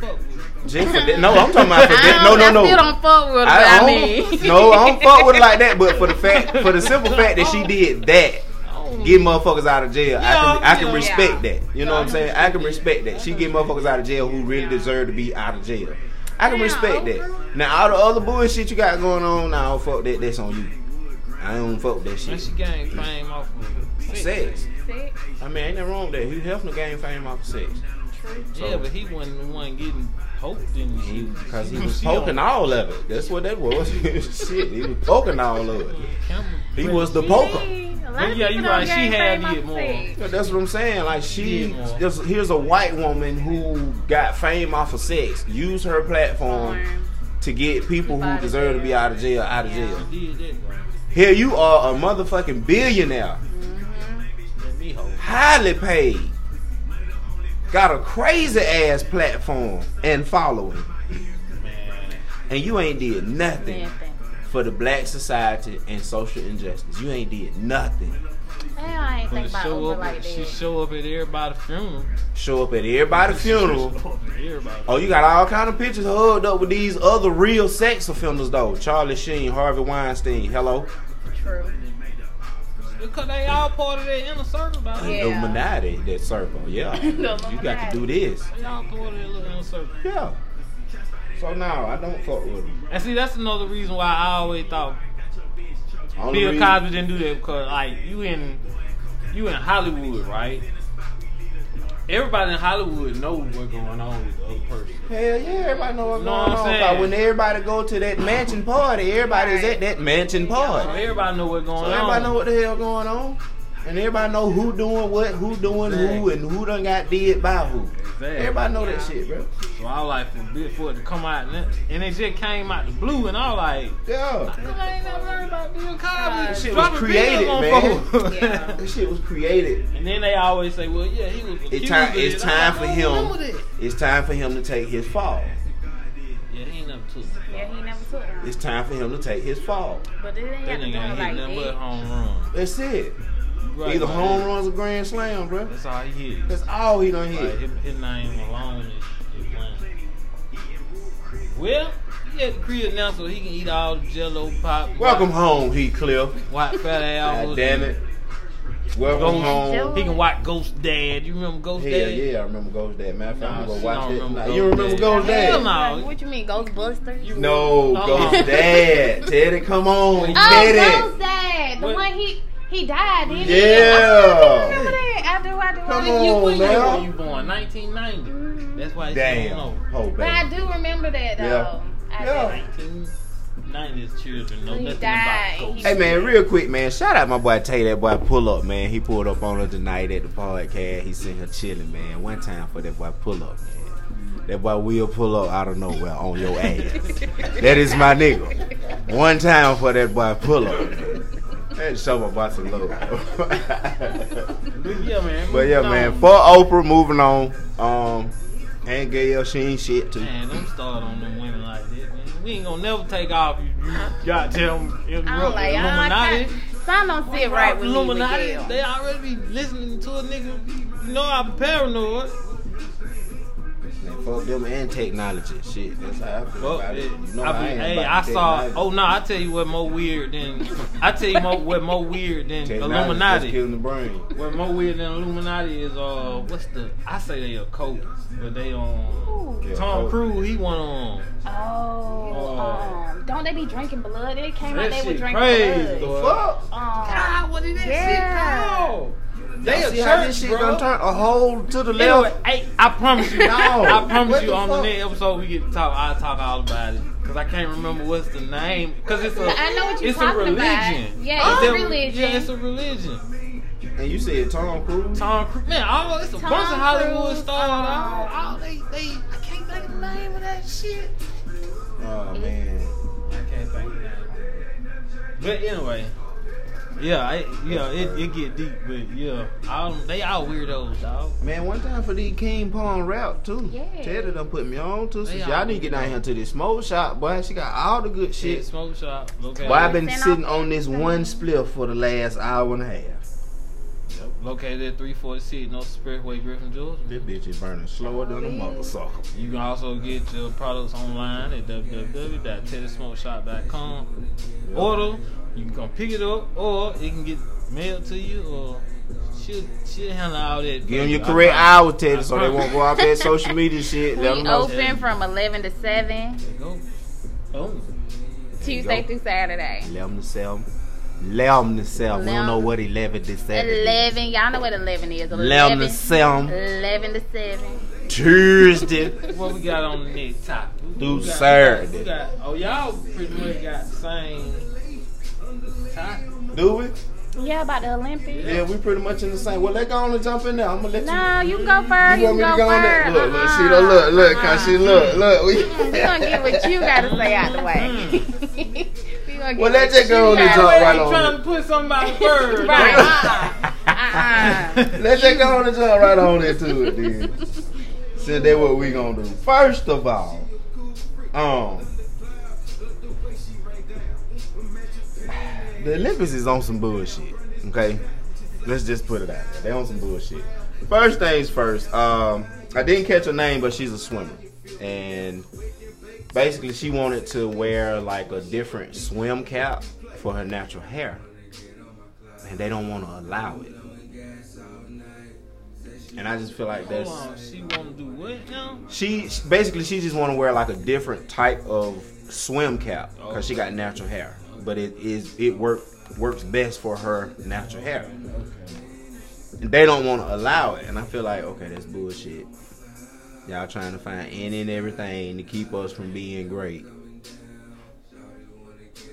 Speaker 1: Fuck with her.
Speaker 3: Just for that. No, I'm talking about for that. No, no,
Speaker 2: I still
Speaker 3: no.
Speaker 2: don't fuck with her.
Speaker 3: I
Speaker 2: I,
Speaker 3: don't.
Speaker 2: mean,
Speaker 3: no, I don't fuck with it like that. But for the fact, for the simple fact that she did that.
Speaker 1: I don't-
Speaker 3: get motherfuckers out of jail. I can I
Speaker 1: Yeah.
Speaker 3: can respect that. You know what I'm
Speaker 1: Yeah.
Speaker 3: saying? I can respect that. She get motherfuckers out of jail who really deserve to be out of jail. I can
Speaker 2: Yeah,
Speaker 3: respect that.
Speaker 2: Oprah.
Speaker 3: Now all the other bullshit you got going on, now fuck that. That's on you. I don't fuck with that
Speaker 1: And she
Speaker 3: shit.
Speaker 1: gained fame off of sex.
Speaker 3: Sex.
Speaker 2: Sick.
Speaker 3: I mean, ain't nothing wrong with that. Hugh Hefner game fame off of sex.
Speaker 2: True.
Speaker 1: Yeah, but he wasn't the one getting poked in the
Speaker 3: He,
Speaker 1: shit.
Speaker 3: Cause he was
Speaker 1: She on
Speaker 3: poking all of it. That's what that was. shit, he was poking all of it.
Speaker 1: camera.
Speaker 3: He was the poker.
Speaker 2: See, a lot
Speaker 1: Well,
Speaker 2: of
Speaker 1: yeah,
Speaker 2: people
Speaker 1: you
Speaker 2: don't
Speaker 1: right. She
Speaker 2: gain
Speaker 1: had
Speaker 2: fame
Speaker 1: it
Speaker 2: off
Speaker 1: more.
Speaker 2: sex.
Speaker 3: Yeah, that's what I'm saying. Like she,
Speaker 1: Yeah.
Speaker 3: just, here's a white woman who got fame off of sex. Use her platform
Speaker 2: Porn.
Speaker 3: to get people
Speaker 2: People out
Speaker 3: who
Speaker 2: of
Speaker 3: deserve to be
Speaker 2: jail.
Speaker 3: out of jail out of
Speaker 2: Yeah.
Speaker 3: jail.
Speaker 1: Did that, bro.
Speaker 3: Here you are, a motherfucking billionaire,
Speaker 1: Let me hold.
Speaker 3: highly paid, got a crazy ass platform and following,
Speaker 1: Man.
Speaker 3: and you ain't did nothing
Speaker 2: Nothing.
Speaker 3: for the black society and social injustice. You ain't did nothing.
Speaker 2: Damn, I ain't
Speaker 1: When
Speaker 2: think
Speaker 1: it
Speaker 2: about
Speaker 1: show
Speaker 2: Uber
Speaker 1: up,
Speaker 2: like
Speaker 1: she
Speaker 2: that.
Speaker 1: show up at everybody's funeral.
Speaker 3: Show up at everybody's funeral.
Speaker 1: Show up at everybody's
Speaker 3: Oh, you got all kind of pictures hugged up with these other real sex offenders though. Charlie Sheen, Harvey Weinstein, hello,
Speaker 2: True.
Speaker 1: Because they all part of that inner circle, dog.
Speaker 2: Yeah.
Speaker 3: Illuminati, that circle. Yeah, you got to do this.
Speaker 1: They all part of that little inner circle.
Speaker 3: Yeah. So now I don't fuck with him.
Speaker 1: And see, that's another reason why I always thought
Speaker 3: Only
Speaker 1: Bill
Speaker 3: reason-
Speaker 1: Cosby didn't do that because, like, you in you in Hollywood, right? Everybody in Hollywood know what's going on with the other person.
Speaker 3: Hell yeah, everybody know what's
Speaker 1: Know what
Speaker 3: going
Speaker 1: I'm
Speaker 3: on.
Speaker 1: saying?
Speaker 3: But when everybody go to that mansion party, everybody's at that mansion
Speaker 1: So
Speaker 3: party.
Speaker 1: everybody know what's going
Speaker 3: So
Speaker 1: on.
Speaker 3: everybody know what the hell going on, and everybody know who doing what, who doing who,
Speaker 1: Exactly.
Speaker 3: and who done got did by who.
Speaker 1: Exactly.
Speaker 3: Everybody know that shit, bro.
Speaker 1: So I was like for, Bill- for it to come out, and, that, and it just came out the blue, and I was like.
Speaker 3: Yeah.
Speaker 1: I ain't never heard about Bill Cosby.
Speaker 2: That
Speaker 3: shit was
Speaker 1: Dropping
Speaker 3: created,
Speaker 1: videos on
Speaker 2: man.
Speaker 1: folk.
Speaker 3: That shit was created.
Speaker 1: and then they always say, "Well, yeah, he was." accused
Speaker 3: It time,
Speaker 1: of it.
Speaker 3: it's
Speaker 1: I'm like,
Speaker 3: time
Speaker 1: I
Speaker 3: for
Speaker 1: don't
Speaker 3: him.
Speaker 1: remember that.
Speaker 3: It's time for him to take his fall.
Speaker 1: Yeah, he ain't never took. it.
Speaker 2: Yeah, he never took one.
Speaker 3: It's time for him to take his fall.
Speaker 2: But it ain't
Speaker 1: That
Speaker 2: got to do
Speaker 1: nigga ain't hit nothing
Speaker 2: it
Speaker 1: but
Speaker 2: like that.
Speaker 1: home run.
Speaker 3: That's it.
Speaker 1: Right,
Speaker 3: Either
Speaker 1: like,
Speaker 3: home runs or grand slam, bro.
Speaker 1: That's all he hit.
Speaker 3: That's all he done
Speaker 1: Like,
Speaker 3: hit.
Speaker 1: his, his name alone is, is one. Well, he at the crib now, so he can eat all the Jello pop.
Speaker 3: Welcome home, Heathcliff.
Speaker 1: White fat
Speaker 3: God
Speaker 1: albums.
Speaker 3: damn it. Welcome
Speaker 1: Ghost-
Speaker 3: home.
Speaker 1: He can watch Ghost Dad. You remember Ghost
Speaker 3: Hell
Speaker 1: Dad?
Speaker 3: yeah, I remember Ghost Dad. Matter of fact,
Speaker 1: Nah,
Speaker 3: I'm gonna
Speaker 1: she
Speaker 3: watch
Speaker 1: don't
Speaker 3: it.
Speaker 1: remember
Speaker 3: Nah,
Speaker 1: Ghost
Speaker 3: you remember
Speaker 1: Dad.
Speaker 3: Ghost
Speaker 1: Hell
Speaker 3: Dad?
Speaker 1: no.
Speaker 2: Like, what you mean, Ghostbusters?
Speaker 3: No,
Speaker 1: Uh-uh.
Speaker 3: Ghost Dad. Teddy, come on,
Speaker 2: Oh,
Speaker 3: Teddy.
Speaker 2: Ghostbusters, the
Speaker 1: What?
Speaker 2: one he he died, didn't he?
Speaker 3: Yeah.
Speaker 2: I remember that. After I do,
Speaker 3: Come
Speaker 2: I do.
Speaker 1: You,
Speaker 3: on,
Speaker 1: what year
Speaker 3: man.
Speaker 1: were you born? 1990. That's why it's
Speaker 3: Damn,
Speaker 1: on over.
Speaker 3: oh
Speaker 2: But I
Speaker 3: baby.
Speaker 2: do remember that though.
Speaker 3: Yeah.
Speaker 2: I
Speaker 3: Yeah.
Speaker 1: 1990s children know
Speaker 2: When he
Speaker 1: nothing
Speaker 2: died,
Speaker 1: about ghosts.
Speaker 2: he-
Speaker 3: Hey man, real quick, man. Shout out my boy Tay. That boy pull up, man. He pulled up on her tonight at the podcast. He sitting here chilling, man. One time for that boy pull up, man. That boy will pull up out of nowhere on your ass. that is my nigga. One time for that boy pull up. Man. That show my boy some love.
Speaker 1: But yeah, man.
Speaker 3: but yeah,
Speaker 1: moving
Speaker 3: man.
Speaker 1: on.
Speaker 3: For Oprah, moving on. Um, and Gayle, she ain't shit too.
Speaker 1: Man, don't start on them women like that, man. We ain't gonna never take off you, you goddamn
Speaker 2: I don't like. I
Speaker 1: Illuminati.
Speaker 2: don't like. Some don't sit right with
Speaker 1: Illuminati,
Speaker 2: me. with
Speaker 1: they
Speaker 2: Gail.
Speaker 1: already be listening to a nigga. You know I'm paranoid.
Speaker 3: Man, fuck them and technology. Shit, that's how I feel
Speaker 1: Fuck
Speaker 3: about
Speaker 1: that.
Speaker 3: it. You know
Speaker 1: I
Speaker 3: I
Speaker 1: be,
Speaker 3: ain't
Speaker 1: hey, I
Speaker 3: about
Speaker 1: saw.
Speaker 3: technology.
Speaker 1: Oh no, I tell you what more weird than I tell you more, what more weird than
Speaker 3: Technology just
Speaker 1: Illuminati.
Speaker 3: killing the brain.
Speaker 1: What more weird than Illuminati is uh, what's the? I say they a cult, but they on.
Speaker 2: Ooh.
Speaker 3: Yeah,
Speaker 1: Tom
Speaker 3: oh,
Speaker 1: Cruise, he went on.
Speaker 2: Oh, um, don't they be drinking blood? It came
Speaker 1: That
Speaker 2: out they were
Speaker 1: shit
Speaker 2: drinking
Speaker 1: crazy,
Speaker 2: blood.
Speaker 1: though.
Speaker 3: Fuck.
Speaker 2: Um,
Speaker 1: God, Ah, what is that
Speaker 2: Yeah.
Speaker 1: shit called? They
Speaker 3: Y'all
Speaker 1: a
Speaker 3: see how this
Speaker 1: church,
Speaker 3: shit
Speaker 1: bro.
Speaker 3: done turned a hole to the
Speaker 1: Anyway,
Speaker 3: left.
Speaker 1: hey, I promise you,
Speaker 3: No.
Speaker 1: I promise
Speaker 3: What
Speaker 1: you,
Speaker 3: the
Speaker 1: on the
Speaker 3: fuck?
Speaker 1: next episode we get to talk. I'll talk all about it because I can't remember what's the name because it's a
Speaker 2: I know what you're
Speaker 1: it's a
Speaker 2: talking
Speaker 1: religion.
Speaker 2: about. Yeah, it's a
Speaker 1: that-
Speaker 2: religion.
Speaker 1: Yeah, it's a religion.
Speaker 3: And you said Tom Cruise?
Speaker 1: Tom Cruise, man, all it's a
Speaker 2: Tom
Speaker 1: bunch of Hollywood
Speaker 2: Cruise,
Speaker 1: stars.
Speaker 2: um,
Speaker 1: all, all they, they, I can't think of the name of that shit.
Speaker 3: Oh man.
Speaker 1: I can't think of the name. But anyway, yeah, I, yeah, it, it get deep, but yeah, all them, they all weirdos, dog.
Speaker 3: Man, one time for the King Pong rap too.
Speaker 2: Yeah.
Speaker 3: Teddy done put me on too. So
Speaker 1: They
Speaker 3: y'all
Speaker 1: all-
Speaker 3: need to get down here to this smoke shop, boy. She got all the good
Speaker 1: Shit,
Speaker 3: shit.
Speaker 1: smoke shop. Okay.
Speaker 3: Boy, I've been
Speaker 2: Send
Speaker 3: sitting
Speaker 2: off
Speaker 3: on this
Speaker 2: everything.
Speaker 3: one spliff for the last hour and a half.
Speaker 1: Located at 346 North Expressway, Griffin, Georgia.
Speaker 3: This bitch is burning slower than a motherfucker.
Speaker 1: You can also get your products online at www.teddysmokeshop.com. Order, you can come pick it up, or it can get mailed to you, or she'll, she'll handle all that.
Speaker 3: Give them
Speaker 1: you.
Speaker 3: your
Speaker 1: I
Speaker 3: correct
Speaker 1: promise.
Speaker 3: hour, Teddy, so they won't go out that social media shit. Let them
Speaker 2: we
Speaker 3: know.
Speaker 2: open from 11 to 7,
Speaker 1: Go. Oh.
Speaker 2: Tuesday
Speaker 3: go.
Speaker 2: through Saturday.
Speaker 3: 11 to 7. 11 to 7. We don't know what 11 to 7 is.
Speaker 2: 11, y'all know what 11 is.
Speaker 3: 11
Speaker 2: 11,
Speaker 3: to 7.
Speaker 2: 11 to 7.
Speaker 3: Tuesday.
Speaker 1: What we got on the next top?
Speaker 3: Through
Speaker 1: we got,
Speaker 3: Saturday.
Speaker 1: We got, oh, y'all pretty much got the same topic.
Speaker 3: Do we?
Speaker 2: Yeah, about the Olympics.
Speaker 3: Yeah, we pretty much in the same. Well, let go on and jump in there. I'm going to let
Speaker 2: No, you go first.
Speaker 3: you. You
Speaker 2: You,
Speaker 3: want me
Speaker 2: go,
Speaker 3: to go on there?
Speaker 2: first.
Speaker 3: Look, look, see,
Speaker 2: Uh-uh.
Speaker 3: look, look, look, cause she
Speaker 2: Uh-uh.
Speaker 3: look, look. We Hmm.
Speaker 2: We gonna get what you gotta say out the way.
Speaker 1: Mm.
Speaker 2: we gonna get
Speaker 3: Well, let
Speaker 2: what
Speaker 3: that go
Speaker 2: you
Speaker 3: on and
Speaker 2: got.
Speaker 3: jump right on
Speaker 1: trying
Speaker 3: it.
Speaker 1: to put somebody first.
Speaker 2: Right.
Speaker 1: Like,
Speaker 2: Uh-uh. Uh-uh.
Speaker 3: Let's just go on and jump right on into it then. So that what we gonna do. First of all, um the Olympics is on some bullshit. Okay? Let's just put it out there. They on some bullshit. First things first, um, I didn't catch her name, but she's a swimmer. And basically she wanted to wear like a different swim cap for her natural hair. And they don't wanna allow it. And I just feel like
Speaker 1: Hold
Speaker 3: that's
Speaker 1: on, she wanna do what now?
Speaker 3: she basically she just want to wear like a different type of swim cap because she got natural hair, but it is it work works best for her natural hair. And they don't want to allow it, and I feel like okay, that's bullshit. Y'all trying to find any and everything to keep us from being great.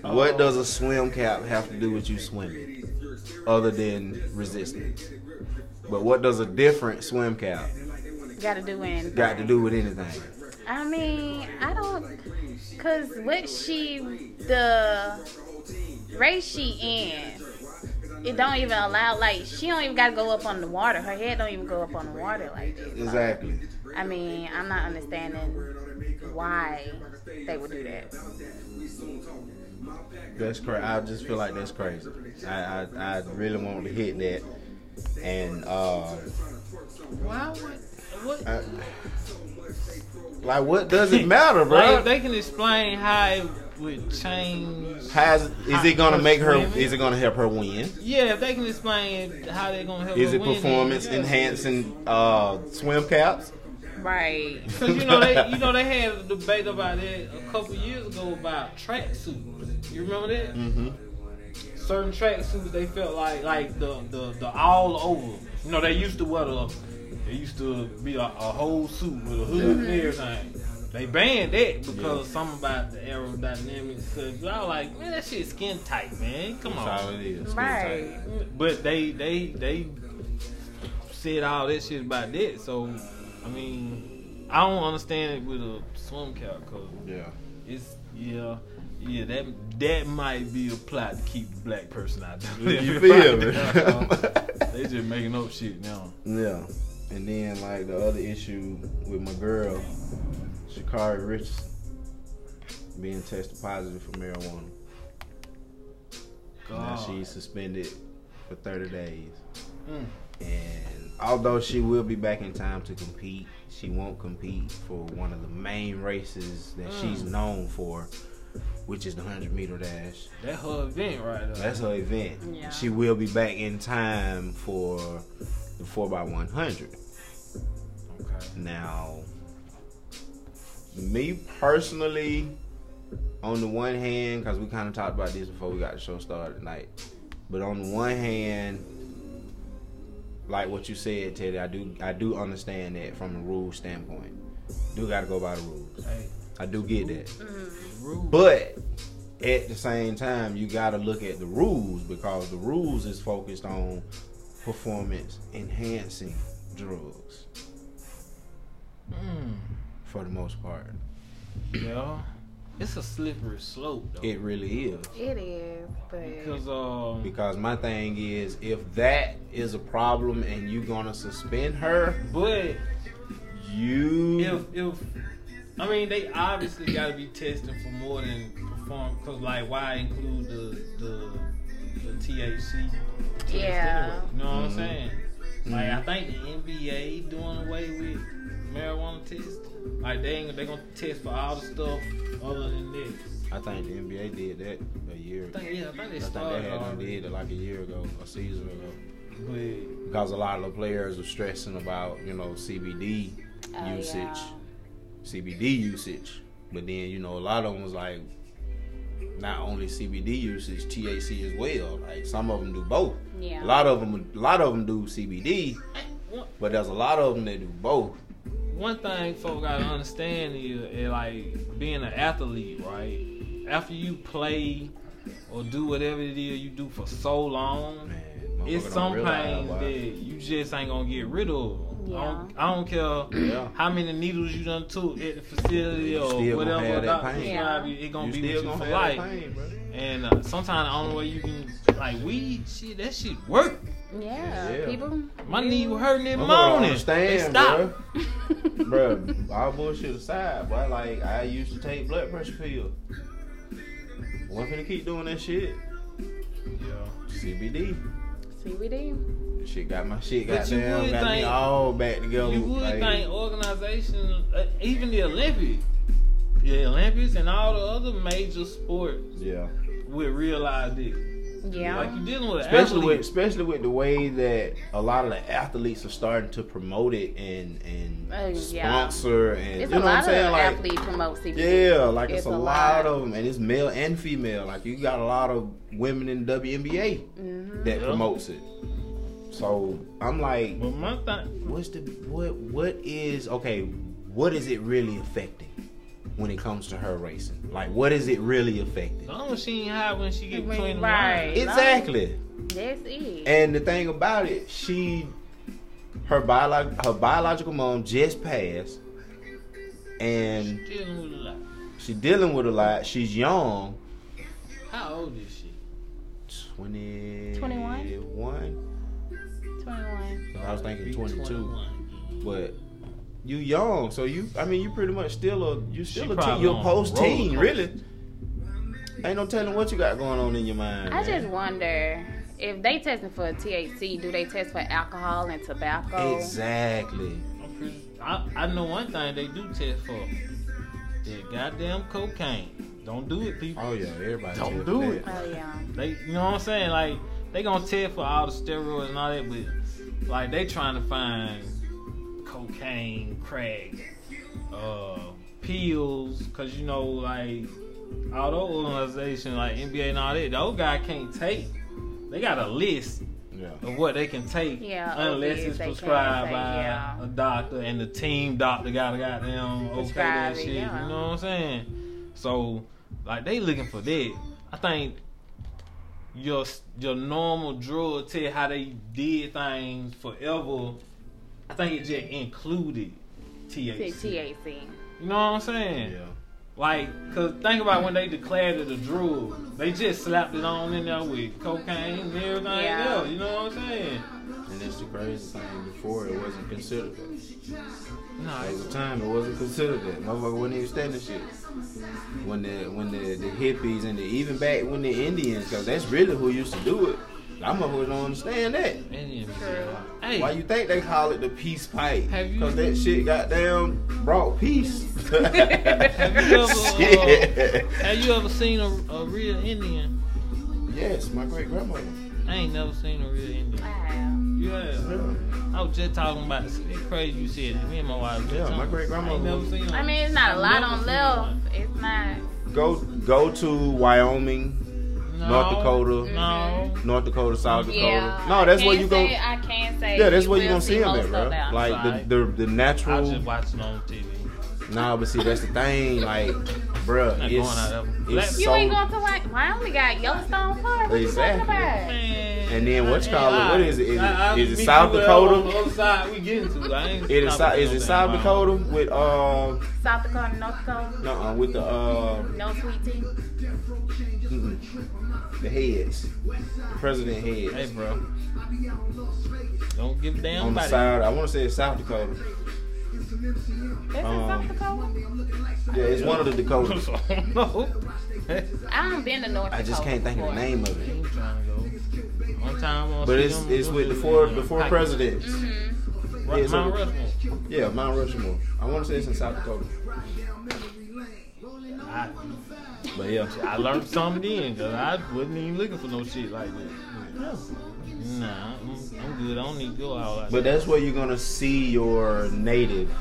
Speaker 3: What does a swim cap have to do with you swimming, other than resistance? But what does a different swim cap
Speaker 2: Gotta do anything.
Speaker 3: got to do with anything?
Speaker 2: I mean, I don't, cause what she the race she in, it don't even allow. Like she don't even gotta go up on the water. Her head don't even go up on the water like that. So,
Speaker 3: Exactly.
Speaker 2: I mean, I'm not understanding why they would do that.
Speaker 3: That's crazy. I just feel like that's crazy. I, I, I really want to hit that. And uh,
Speaker 1: Why would what?
Speaker 3: I, like, what does it matter,
Speaker 1: Like,
Speaker 3: bro?
Speaker 1: if they can explain how it would change.
Speaker 3: How's, is it gonna make her? Is it gonna help her win?
Speaker 1: Yeah, if they can explain how they're gonna help.
Speaker 3: Is
Speaker 1: her
Speaker 3: it
Speaker 1: win, then
Speaker 3: performance
Speaker 1: yeah.
Speaker 3: enhancing uh, swim caps?
Speaker 2: Right.
Speaker 1: Cause you know they, you know they had a debate about that a couple years ago about tracksuits. You remember that?
Speaker 3: Mm-hmm.
Speaker 1: Certain tracksuits they felt like like the the the all over. You know they used to wear the they used to be a, a whole suit with a hood and everything. They banned that because something about the aerodynamics. Cause I was like, man, that shit skin tight, man. Come
Speaker 3: That's all
Speaker 1: on.
Speaker 3: it is. Swim
Speaker 2: Right.
Speaker 3: cap.
Speaker 1: But they they they said all that shit about that. So I mean, I don't understand it with a swim cap because
Speaker 3: Yeah.
Speaker 1: it's yeah. Yeah, that that might be a plot to keep the black person out there.
Speaker 3: You feel
Speaker 1: they
Speaker 3: me?
Speaker 1: just making up shit now.
Speaker 3: yeah. And then like the other issue with my girl, Shakari Richardson, being tested positive for marijuana. Now
Speaker 1: God.
Speaker 3: she's suspended for 30 days.
Speaker 1: Mm.
Speaker 3: And although she will be back in time to compete, she won't compete for one of the main races that she's
Speaker 1: Mm.
Speaker 3: known for, which is the 100 meter dash.
Speaker 1: That her event right there.
Speaker 3: That's her event.
Speaker 2: Yeah.
Speaker 3: She will be back in time for the 4x100.
Speaker 1: okay.
Speaker 3: Now, me personally, on the one hand, because we kind of talked about this before we got the show started tonight, but on the one hand, like what you said, Teddy, I do I do understand that from a rule standpoint. Do got to go by the rules.
Speaker 1: Hey,
Speaker 3: I do get that,
Speaker 1: rude.
Speaker 3: but at the same time, you got to look at the rules because the rules is focused on performance enhancing drugs
Speaker 1: Mm.
Speaker 3: for the most part.
Speaker 1: Yeah. It's a slippery slope though.
Speaker 3: It really is.
Speaker 2: It is, but
Speaker 1: because um
Speaker 3: Because my thing is, if that is a problem and you're gonna suspend her,
Speaker 1: but
Speaker 3: you
Speaker 1: if if I mean they obviously got to be testing for more than perform because like why include the the, the THC? test
Speaker 2: Yeah.
Speaker 1: anyway? you know what I'm
Speaker 3: Mhm.
Speaker 1: saying. Like I think the NBA doing away with marijuana test. Like they ain't, they gonna test for all the stuff other than this.
Speaker 3: I think the NBA did that a year.
Speaker 1: I think yeah, I think they
Speaker 3: I think they
Speaker 1: started
Speaker 3: had done
Speaker 1: already,
Speaker 3: did it like a year ago, a season ago,
Speaker 1: but
Speaker 3: because a lot of the players were stressing about you know CBD
Speaker 2: Oh,
Speaker 3: usage,
Speaker 2: yeah.
Speaker 3: CBD usage. But then you know a lot of them was like, not only CBD usage, THC as well. Like some of them do both.
Speaker 2: Yeah.
Speaker 3: A lot of them, a lot of them do CBD.
Speaker 1: one,
Speaker 3: But there's a lot of them that do both.
Speaker 1: one thing folk gotta understand is, is like being an athlete, right? After you play or do whatever it is you do for so long,
Speaker 3: Man,
Speaker 1: it's
Speaker 3: motherfucker
Speaker 1: some
Speaker 3: don't realize
Speaker 1: pains
Speaker 3: why.
Speaker 1: that you just ain't gonna get rid of. I, don't,
Speaker 2: Yeah.
Speaker 1: I don't care
Speaker 3: Yeah.
Speaker 1: how many needles you done took at the facility
Speaker 3: You
Speaker 1: or
Speaker 3: still gonna
Speaker 1: whatever
Speaker 3: have that
Speaker 1: doctor
Speaker 3: pain.
Speaker 1: prescribe you, it gonna
Speaker 3: You
Speaker 1: be
Speaker 3: still
Speaker 1: with you
Speaker 3: gonna
Speaker 1: for
Speaker 3: have that
Speaker 1: life.
Speaker 3: pain, bro.
Speaker 1: And uh, sometimes the only way you can like weed shit, that shit work.
Speaker 2: Yeah,
Speaker 3: Yeah.
Speaker 2: people.
Speaker 1: My knee was hurting in the
Speaker 3: I'm gonna
Speaker 1: morning. They
Speaker 3: Understand,
Speaker 1: stop.
Speaker 3: bro. bro. All bullshit aside, boy. Like I used to take blood pressure pill. Wasn't finna keep doing that shit. CBD.
Speaker 2: CBD.
Speaker 3: Shit got my shit
Speaker 1: But
Speaker 3: got
Speaker 1: you
Speaker 3: down,
Speaker 1: would
Speaker 3: got me
Speaker 1: think-
Speaker 3: all back together.
Speaker 1: You would
Speaker 3: like,
Speaker 1: think organizations, uh, even the Olympics, the Olympics and all the other major sports
Speaker 3: yeah.
Speaker 1: would realize this.
Speaker 2: Yeah.
Speaker 1: Like you dealing with an
Speaker 3: Especially with
Speaker 1: athlete.
Speaker 3: especially with the way that a lot of the athletes are starting to promote it and and
Speaker 2: Oh, yeah.
Speaker 3: sponsor and
Speaker 2: it's
Speaker 3: you
Speaker 2: a
Speaker 3: know what
Speaker 2: lot
Speaker 3: I'm saying
Speaker 2: of
Speaker 3: like
Speaker 2: athletes promote CBD.
Speaker 3: yeah like it's, a, lot, of them and it's male and female like you got a lot of women in WNBA
Speaker 2: hmm
Speaker 3: that
Speaker 1: Yeah.
Speaker 3: promotes it. So I'm like,
Speaker 1: But my thing,
Speaker 3: what's the what what is okay? What is it really affecting when it comes to her racing? Like, what is it really affecting?
Speaker 1: as long as she ain't high when she get
Speaker 2: Right.
Speaker 1: between the
Speaker 2: Right.
Speaker 1: lines.
Speaker 3: Exactly.
Speaker 2: That's it.
Speaker 3: And the thing about it, she her biolog- her biological mom just passed, and
Speaker 1: Dealing with a lot.
Speaker 3: she's dealing with a lot. She's young,
Speaker 1: How old is she?
Speaker 3: twenty
Speaker 2: 21?
Speaker 3: one.
Speaker 2: 21.
Speaker 3: I was thinking
Speaker 1: Be
Speaker 3: twenty two.
Speaker 1: 21.
Speaker 3: but you young, so you I mean you pretty much still a you
Speaker 1: She
Speaker 3: still a teen,
Speaker 1: probably
Speaker 3: you're
Speaker 1: on
Speaker 3: post teen,
Speaker 1: roller
Speaker 3: really. Ain't no telling what you got going on in your mind.
Speaker 2: I
Speaker 3: man.
Speaker 2: just wonder if they testing for THC, do they test for alcohol and tobacco?
Speaker 3: exactly.
Speaker 1: I'm pretty, I, I know one thing they do test for. That goddamn cocaine. Don't do it, people.
Speaker 3: Oh yeah, everybody.
Speaker 1: Don't
Speaker 3: just
Speaker 1: do
Speaker 3: that.
Speaker 1: it.
Speaker 2: Oh yeah.
Speaker 1: They, you know what I'm saying? Like they gonna test for all the steroids and all that, but like they trying to find cocaine, crack, uh, pills, cause you know like all those organizations like NBA and all that, those guys can't take. They got a list
Speaker 3: Yeah.
Speaker 1: of what they can take,
Speaker 2: Yeah,
Speaker 1: unless
Speaker 2: opiates
Speaker 1: it's
Speaker 2: they can't
Speaker 1: prescribed
Speaker 2: take,
Speaker 1: by
Speaker 2: yeah.
Speaker 1: a doctor and the team doctor got to goddamn okay
Speaker 2: Prescribe
Speaker 1: that
Speaker 2: it,
Speaker 1: shit.
Speaker 2: yeah.
Speaker 1: You know what I'm saying? So like they looking for that. I think your your normal drug tell how they did things forever. I think it just included
Speaker 2: T-
Speaker 1: THC.
Speaker 2: THC.
Speaker 1: You know what I'm saying?
Speaker 3: Yeah.
Speaker 1: Like, cause think about when they declared it a drug, they just slapped it on in there with cocaine and everything
Speaker 2: Yeah.
Speaker 1: else. You know what I'm saying?
Speaker 3: And that's the crazy thing. Before it wasn't considered that.
Speaker 1: No,
Speaker 3: At the time, it wasn't considered that. Motherfucker wasn't even standing shit. When the when the, the hippies and the, even back when the Indians, because that's really who used to do it. Y'all motherfuckers don't understand that.
Speaker 1: Indian
Speaker 2: True.
Speaker 1: Hey,
Speaker 3: Why you think they call it the peace pipe?
Speaker 1: Have you-
Speaker 3: Because that shit goddamn brought peace.
Speaker 1: you ever, uh,
Speaker 3: Shit.
Speaker 1: have you ever seen a, a real Indian?
Speaker 3: Yes, my great grandmother.
Speaker 1: I ain't never seen a real Indian.
Speaker 2: Wow.
Speaker 1: Yeah, I was just talking about it. It's crazy you said it. Me and my wife. just
Speaker 3: Yeah,
Speaker 1: talking.
Speaker 3: my
Speaker 1: I
Speaker 3: great-grandmother
Speaker 1: ain't never seen.
Speaker 2: I
Speaker 1: one.
Speaker 2: mean, it's not a
Speaker 1: I've
Speaker 2: lot
Speaker 1: never
Speaker 2: on
Speaker 1: seen
Speaker 2: left.
Speaker 1: one.
Speaker 2: It's not.
Speaker 3: Go go to Wyoming,
Speaker 1: No,
Speaker 3: North Dakota.
Speaker 1: No.
Speaker 3: North Dakota, South Dakota.
Speaker 2: Yeah. I
Speaker 3: No, that's
Speaker 2: can
Speaker 3: where you go.
Speaker 2: say- I can say.
Speaker 3: Yeah, that's where
Speaker 2: will
Speaker 3: you gonna see them
Speaker 2: most
Speaker 3: at, bro.
Speaker 2: of them.
Speaker 3: Like the the, the
Speaker 1: I
Speaker 3: natural.
Speaker 1: was just watching on TV.
Speaker 3: Nah, but see, that's the thing. Like, bro,
Speaker 1: Not going out of
Speaker 3: it's,
Speaker 1: Black-
Speaker 3: it's
Speaker 2: you
Speaker 3: so.
Speaker 2: ain't going to like Wyoming. Got Yellowstone Park. What
Speaker 3: Exactly.
Speaker 2: you talking about?
Speaker 1: Man,
Speaker 3: And then what you
Speaker 1: I
Speaker 3: call it?
Speaker 1: ain't
Speaker 3: What is it? Is it-
Speaker 1: lying. I- I
Speaker 3: is it
Speaker 1: meet you
Speaker 3: South
Speaker 1: wherever
Speaker 3: Dakota?
Speaker 1: on the other side we getting to. I ain't
Speaker 3: It is, Sou-
Speaker 1: stopping
Speaker 3: is
Speaker 1: no
Speaker 3: it
Speaker 1: damn
Speaker 3: South
Speaker 1: Wyoming.
Speaker 3: Dakota with uh
Speaker 2: South Dakota, North Dakota.
Speaker 3: no uh, with the uh
Speaker 2: No sweet tea.
Speaker 3: mm-mm, the heads, the president heads
Speaker 1: Hey, bro. Don't give a damn
Speaker 3: on the
Speaker 1: about it.
Speaker 3: side. I want to say it's South Dakota.
Speaker 2: That's in South
Speaker 3: Um,
Speaker 2: Dakota.
Speaker 3: Yeah, it's one of the Dakotas.
Speaker 1: Oh, no.
Speaker 2: I don't been to North Dakota.
Speaker 3: I just can't think of the
Speaker 2: before.
Speaker 3: name of it.
Speaker 1: On time, on
Speaker 3: But it's it's with the four the four presidents.
Speaker 2: Mm-hmm.
Speaker 1: Right,
Speaker 3: it's
Speaker 1: Mount
Speaker 3: over-
Speaker 1: Rushmore.
Speaker 3: Yeah, Mount Rushmore. I want to say it's in South Dakota.
Speaker 1: I,
Speaker 3: But yeah,
Speaker 1: I learned something then, cause I wasn't even looking for no shit like that. Nah, I'm, I'm good. I don't need to go out like
Speaker 3: But that's where you're gonna see your Native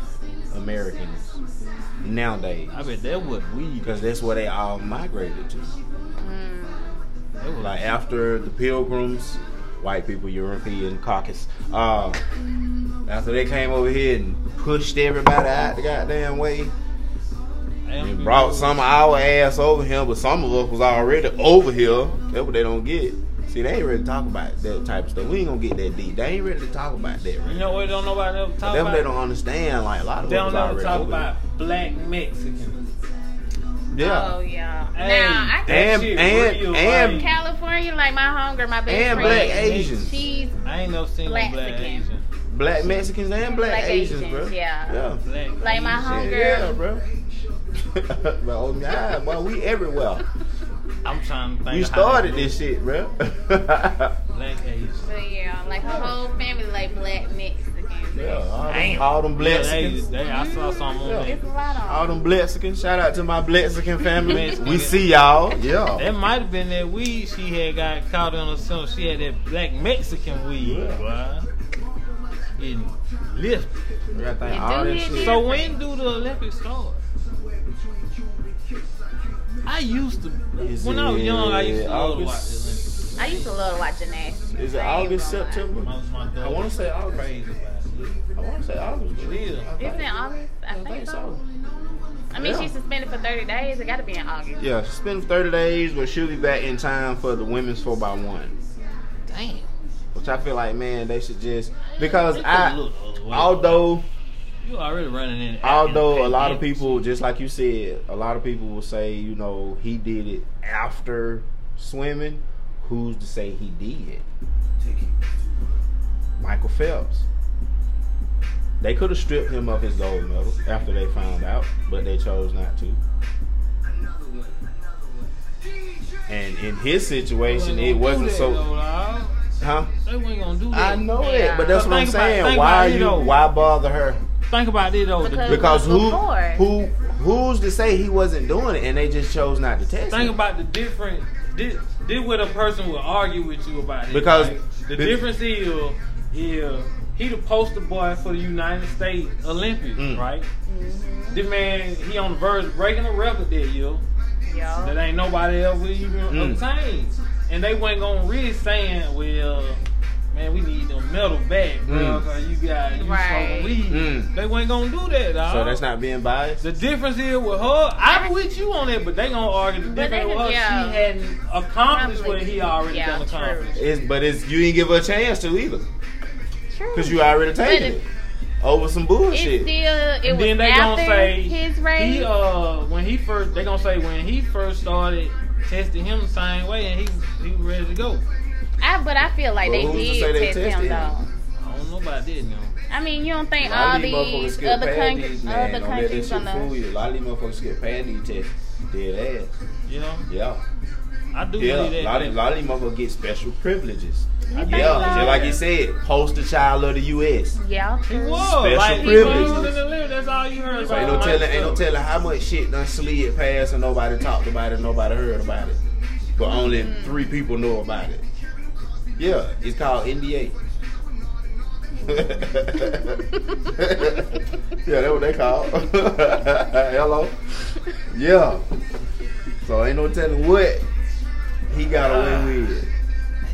Speaker 3: Americans nowadays,
Speaker 1: that. I bet that was weed.
Speaker 3: because that's where they all migrated to.
Speaker 1: That was
Speaker 3: Like after the Pilgrims, white people, European caucus. Uh, after they came over here and pushed everybody out the goddamn way, and brought some of our ass over here, but some of us was already over here. That's what they don't get. See, they ain't ready to talk about that type of stuff. We ain't gonna get that deep. They ain't ready to talk about that. Right?
Speaker 1: You know what? Don't nobody ever talk
Speaker 3: That's what
Speaker 1: about.
Speaker 3: they don't understand. Like a lot of
Speaker 1: They don't
Speaker 3: us was
Speaker 1: ever
Speaker 3: already
Speaker 1: talk
Speaker 3: over here.
Speaker 1: about black Mexicans.
Speaker 3: Yeah.
Speaker 2: Oh yeah.
Speaker 1: Hey,
Speaker 2: now I
Speaker 1: that
Speaker 3: And-
Speaker 1: shit
Speaker 3: and-
Speaker 1: real,
Speaker 3: and-
Speaker 1: like,
Speaker 2: California, like my homegirl, my best
Speaker 3: And
Speaker 2: friend.
Speaker 3: black Asians.
Speaker 2: She's
Speaker 1: I ain't no single black,
Speaker 2: Black again.
Speaker 1: Asian.
Speaker 3: Black Mexicans and black,
Speaker 2: Black
Speaker 3: Asians,
Speaker 2: Asians,
Speaker 3: bro.
Speaker 2: yeah.
Speaker 3: Yeah.
Speaker 1: Black.
Speaker 2: like my
Speaker 3: Shit, Yeah,
Speaker 2: homegirl.
Speaker 3: bro. But oh my, boy, we everywhere.
Speaker 1: I'm trying to think.
Speaker 3: You
Speaker 1: of how they
Speaker 3: started
Speaker 1: do
Speaker 3: this shit, bro.
Speaker 1: Black Asian.
Speaker 2: But yeah, like her whole family like black Mexican.
Speaker 3: yeah, all them,
Speaker 1: Damn.
Speaker 3: all them
Speaker 1: Yeah, they,
Speaker 3: Blexicans.
Speaker 1: they, I saw some on
Speaker 2: It's a
Speaker 1: there.
Speaker 2: lot
Speaker 3: All
Speaker 2: on.
Speaker 3: them Blexicans. Shout out to my Blexican family.
Speaker 1: Mexican.
Speaker 3: we see y'all. Yeah.
Speaker 1: That might have been that weed she had got caught on or something. She had that black Mexican weed,
Speaker 3: Yeah.
Speaker 1: bruh. Getting lift.
Speaker 3: We gotta thank
Speaker 2: You
Speaker 3: all
Speaker 2: do
Speaker 3: that
Speaker 2: hear
Speaker 3: shit.
Speaker 2: me?
Speaker 1: So when do the Olympics start? I used to
Speaker 3: Is
Speaker 1: when I was
Speaker 3: it
Speaker 1: young. I used to love to watch the Olympics.
Speaker 3: August?
Speaker 2: I used to love to watch gymnastics.
Speaker 3: Is it
Speaker 2: I ain't
Speaker 3: August,
Speaker 2: gonna lie.
Speaker 1: When I
Speaker 3: September?
Speaker 1: was my
Speaker 3: I wanna say August.
Speaker 1: Crazy about it.
Speaker 3: I want to say August.
Speaker 1: It is.
Speaker 3: I think-
Speaker 2: It's in August. I
Speaker 3: I
Speaker 2: think,
Speaker 3: think so.
Speaker 2: I mean,
Speaker 3: Yeah.
Speaker 2: she's suspended for 30 days. It got to be in August.
Speaker 3: Yeah, she spent 30 days, but she'll be back in time for the women's 4x1.
Speaker 1: Damn.
Speaker 3: Which I feel like, man, they should just. Because
Speaker 1: They could
Speaker 3: I.
Speaker 1: look other way.
Speaker 3: Although.
Speaker 1: you already running in.
Speaker 3: although a lot of
Speaker 1: in-
Speaker 3: people, just like you said, a lot of people will say, you know, he did it after swimming. Who's to say he did? Michael Phelps. They could have stripped him of his gold medal after they found out, but they chose not to. And in his situation, it wasn't so, huh?
Speaker 1: They weren't gonna do that.
Speaker 3: I know it, but that's
Speaker 1: But
Speaker 3: what I'm
Speaker 1: think about-
Speaker 3: saying.
Speaker 1: think
Speaker 3: Why
Speaker 1: about it,
Speaker 3: you?
Speaker 1: though.
Speaker 3: Why bother her?
Speaker 1: Think about it though. The-
Speaker 2: Because-
Speaker 3: Because who
Speaker 2: Before.
Speaker 3: who who's to say he wasn't doing it and they just chose not to test
Speaker 1: think
Speaker 3: it?
Speaker 1: about the difference. This, this what a person will argue with you about. It.
Speaker 3: Because-
Speaker 1: Like, the
Speaker 3: be-
Speaker 1: difference is, yeah, he the poster boy for the United States Olympics,
Speaker 3: Mm.
Speaker 1: right? This man, he on the verge of breaking a record that year that
Speaker 2: Yo.
Speaker 1: ain't nobody else will even
Speaker 3: Mm.
Speaker 1: obtain, and they wasn't gonna really saying, well. Man, we need them medal back, bro.
Speaker 3: Mm.
Speaker 1: 'cause you got you
Speaker 2: Right.
Speaker 1: smoking weed.
Speaker 3: Mm.
Speaker 1: They wasn't gonna do that, dog.
Speaker 3: so that's not being biased.
Speaker 1: The difference is with her, I'm with you on that, but they gonna argue the
Speaker 2: But they
Speaker 1: difference with
Speaker 2: could-
Speaker 1: her.
Speaker 2: yeah.
Speaker 1: She hadn't accomplished what he already
Speaker 2: Yeah,
Speaker 1: done
Speaker 2: true.
Speaker 1: accomplished.
Speaker 3: It's but it's you didn't give her a chance to either
Speaker 2: True.
Speaker 3: because you already taken
Speaker 2: But
Speaker 3: it over some bullshit.
Speaker 2: It's still, it
Speaker 1: And
Speaker 2: was
Speaker 1: then they
Speaker 2: after
Speaker 1: gonna say
Speaker 2: his race.
Speaker 1: he uh when he first they gonna say when he first started testing him the same way and he he was ready to go.
Speaker 2: I, but I feel like
Speaker 3: Well,
Speaker 2: they
Speaker 3: who's
Speaker 2: did
Speaker 3: to say they
Speaker 2: test him,
Speaker 3: tested him?
Speaker 2: though.
Speaker 1: I don't know about that now.
Speaker 2: I mean, you don't think
Speaker 3: A lot
Speaker 2: all
Speaker 3: of these motherfuckers
Speaker 2: these
Speaker 3: skip
Speaker 2: other,
Speaker 3: past
Speaker 2: country,
Speaker 3: these, man.
Speaker 2: other
Speaker 3: Don't let
Speaker 2: countries
Speaker 3: this shit
Speaker 2: on
Speaker 3: fool
Speaker 2: the.
Speaker 3: you. A lot of these motherfuckers get past these tests. Dead ass.
Speaker 1: You know,
Speaker 3: Yeah.
Speaker 1: I do
Speaker 3: Yeah.
Speaker 1: believe
Speaker 3: A
Speaker 1: that.
Speaker 3: lot of, lot of these motherfuckers get special privileges.
Speaker 1: I do
Speaker 3: Yeah.
Speaker 1: believe
Speaker 3: Just like
Speaker 1: that.
Speaker 3: you said, poster child of the U.S.
Speaker 2: Yeah,
Speaker 1: He
Speaker 2: true.
Speaker 1: was
Speaker 3: Special
Speaker 1: like, he
Speaker 3: privileges.
Speaker 1: was in the lift. That's all you heard
Speaker 3: So
Speaker 1: about.
Speaker 3: ain't no
Speaker 1: Mike
Speaker 3: telling, ain't no
Speaker 1: Stubbs.
Speaker 3: telling how much shit done slid past and nobody talked about it, nobody heard about it, but only
Speaker 1: Mm.
Speaker 3: three people know about it. Yeah, it's called NDA. yeah, that's what they call. it. Hello. Yeah. So ain't no telling what he got
Speaker 1: Uh,
Speaker 3: away with.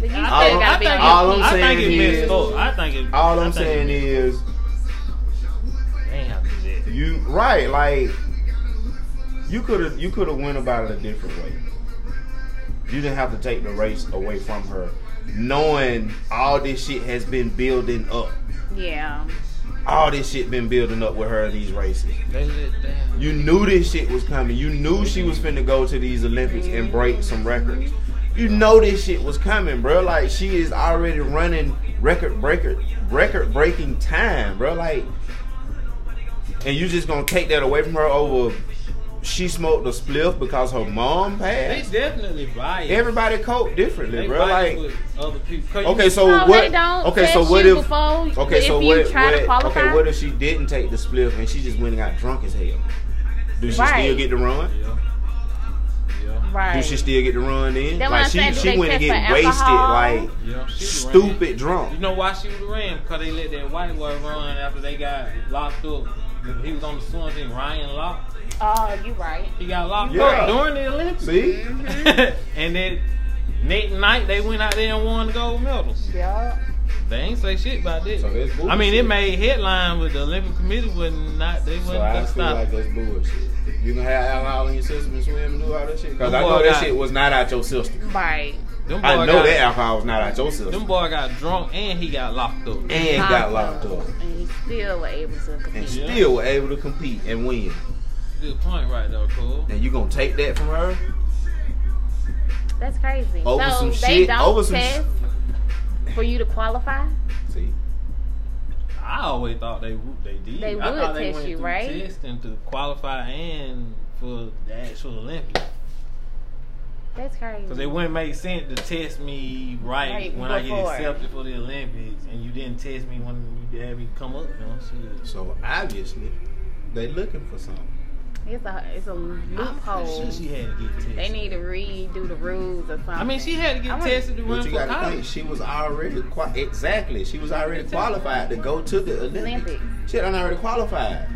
Speaker 2: But you still
Speaker 1: I think- I
Speaker 2: gotta be
Speaker 1: think-
Speaker 2: on
Speaker 3: All I'm
Speaker 1: I think
Speaker 3: saying
Speaker 1: it
Speaker 3: is-
Speaker 1: messed up. I think it.
Speaker 3: All I'm
Speaker 1: I think
Speaker 3: saying
Speaker 1: it-
Speaker 3: is,
Speaker 1: they ain't have to do that.
Speaker 3: you right, like you could have you could have went about it a different way. You didn't have to take the race away from her, knowing all this shit has been building up.
Speaker 2: Yeah.
Speaker 3: All this shit been building up with her in these races.
Speaker 1: They let down.
Speaker 3: You knew this shit was coming. You knew she was finna go to these Olympics and break some records. You know this shit was coming, bro. Like she is already running record breaker, record breaking time, bro. Like, and you just gonna take that away from her over? She smoked a spliff because her mom
Speaker 1: They
Speaker 3: passed.
Speaker 1: definitely biased.
Speaker 3: Everybody cope differently,
Speaker 1: They
Speaker 3: bro.
Speaker 1: biased
Speaker 3: Like,
Speaker 1: with other people. 'Cause
Speaker 3: okay, so
Speaker 2: No,
Speaker 3: what?
Speaker 2: they don't
Speaker 3: okay, so
Speaker 2: test
Speaker 3: what
Speaker 2: you
Speaker 3: if?
Speaker 2: before-
Speaker 3: Okay,
Speaker 2: if
Speaker 3: so
Speaker 2: you
Speaker 3: what?
Speaker 2: try to
Speaker 3: what okay,
Speaker 2: qualify?
Speaker 3: what if she didn't take the spliff and she just went and got drunk as hell? Do she still
Speaker 2: Right.
Speaker 3: get to run?
Speaker 1: you- yeah. Yeah.
Speaker 2: Right.
Speaker 3: Do she still get to run in?
Speaker 2: That's what
Speaker 3: like
Speaker 2: I'm
Speaker 3: she,
Speaker 2: saying, do
Speaker 3: she
Speaker 2: they
Speaker 3: went and
Speaker 2: test
Speaker 3: get
Speaker 2: for
Speaker 3: wasted,
Speaker 2: alcohol?
Speaker 3: like
Speaker 1: Yeah, she was running.
Speaker 3: stupid
Speaker 1: You
Speaker 3: drunk.
Speaker 1: know why she was ran? Because they let that white boy run after they got locked up. He was on the swim team, Ryan Locke.
Speaker 2: Oh, you right.
Speaker 1: He got locked
Speaker 3: Yeah.
Speaker 1: up during the Olympics.
Speaker 3: See,
Speaker 1: and then next night they went out there and won the gold medal.
Speaker 2: Yeah.
Speaker 1: They ain't say shit about this.
Speaker 3: So that's
Speaker 1: I mean,
Speaker 3: bullshit.
Speaker 1: it made headline, but the Olympic Committee wasn't not. They wasn't
Speaker 3: so I
Speaker 1: gonna
Speaker 3: feel
Speaker 1: stop.
Speaker 3: like
Speaker 1: it.
Speaker 3: that's bullshit. You gonna have alcohol in your system and swim and do all that shit? Because
Speaker 1: Them
Speaker 3: I
Speaker 1: boy
Speaker 3: know that
Speaker 1: got-
Speaker 3: shit was not out your system.
Speaker 2: Right.
Speaker 1: Them boy
Speaker 3: I know
Speaker 1: got,
Speaker 3: that alcohol was not out your
Speaker 1: Them
Speaker 3: system,
Speaker 1: boy got drunk and he got locked up.
Speaker 3: and got locked up,
Speaker 2: Uh, And he still were able to
Speaker 3: and
Speaker 2: compete.
Speaker 1: Yeah.
Speaker 3: still were able to compete and win.
Speaker 1: good point, right though, Cole.
Speaker 3: And you gonna take that from her?
Speaker 2: That's crazy.
Speaker 3: Over
Speaker 2: so
Speaker 3: some
Speaker 2: they
Speaker 3: shit,
Speaker 2: don't
Speaker 3: over some sh-
Speaker 2: test for you to qualify.
Speaker 3: See,
Speaker 1: I always thought they would- they did.
Speaker 2: They
Speaker 1: I
Speaker 2: would
Speaker 1: thought they
Speaker 2: test
Speaker 1: went
Speaker 2: you,
Speaker 1: through
Speaker 2: right?
Speaker 1: Testing to qualify and for the actual Olympics,
Speaker 2: That's crazy.
Speaker 1: because it wouldn't make sense to test me right,
Speaker 2: Right
Speaker 1: when I get
Speaker 2: before.
Speaker 1: accepted for the Olympics, and you didn't test me when you had me come up. You know, shit.
Speaker 3: so obviously they looking for something.
Speaker 2: It's a it's a
Speaker 1: I'm pretty
Speaker 2: loophole.
Speaker 1: sure she had to get tested.
Speaker 2: They need to redo the rules or something.
Speaker 1: I mean, she had to get
Speaker 2: I wouldn't-
Speaker 1: tested to
Speaker 3: But
Speaker 1: run
Speaker 3: you
Speaker 1: for
Speaker 3: gotta think,
Speaker 1: college.
Speaker 3: she was already qua- exactly. She was already qualified to go to the Olympics.
Speaker 2: Olympics.
Speaker 3: She had already qualified.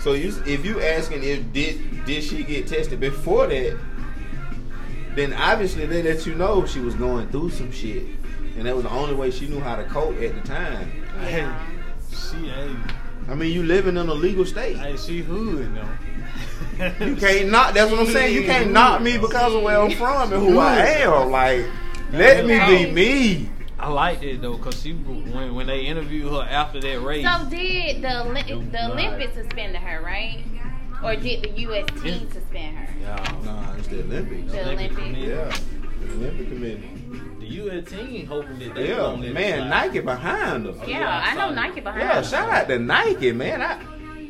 Speaker 3: So you, if you asking if did did she get tested before that, then obviously they let you know she was going through some shit, and that was the only way she knew how to cope at the time.
Speaker 2: Yeah.
Speaker 1: Hey, she, hey,
Speaker 3: I mean, you living in a legal state.
Speaker 1: hey, she hood though.
Speaker 3: You can't knock. That's what I'm saying. You can't knock me because of where I'm from and who I am. Like, let me be me.
Speaker 1: I liked it though, cause she when when they interviewed her after that race,
Speaker 2: So did the Oli- the
Speaker 1: Right.
Speaker 2: Olympics suspend her, right? Or did the U.S. team
Speaker 1: Yeah.
Speaker 2: suspend her?
Speaker 1: y'all,
Speaker 3: Nah, it's the Olympics.
Speaker 2: The
Speaker 1: Olympic
Speaker 2: Olympics.
Speaker 1: Committee.
Speaker 3: Yeah, the Olympic Committee.
Speaker 1: the U.S. team hoping that they
Speaker 3: Yeah,
Speaker 1: don't let
Speaker 3: man,
Speaker 1: it slide.
Speaker 3: Nike behind them.
Speaker 2: Yeah,
Speaker 1: Yeah, I
Speaker 2: I know
Speaker 1: saw
Speaker 2: Nike
Speaker 1: it.
Speaker 2: behind
Speaker 3: Yeah,
Speaker 2: her.
Speaker 3: shout out to Nike, man. I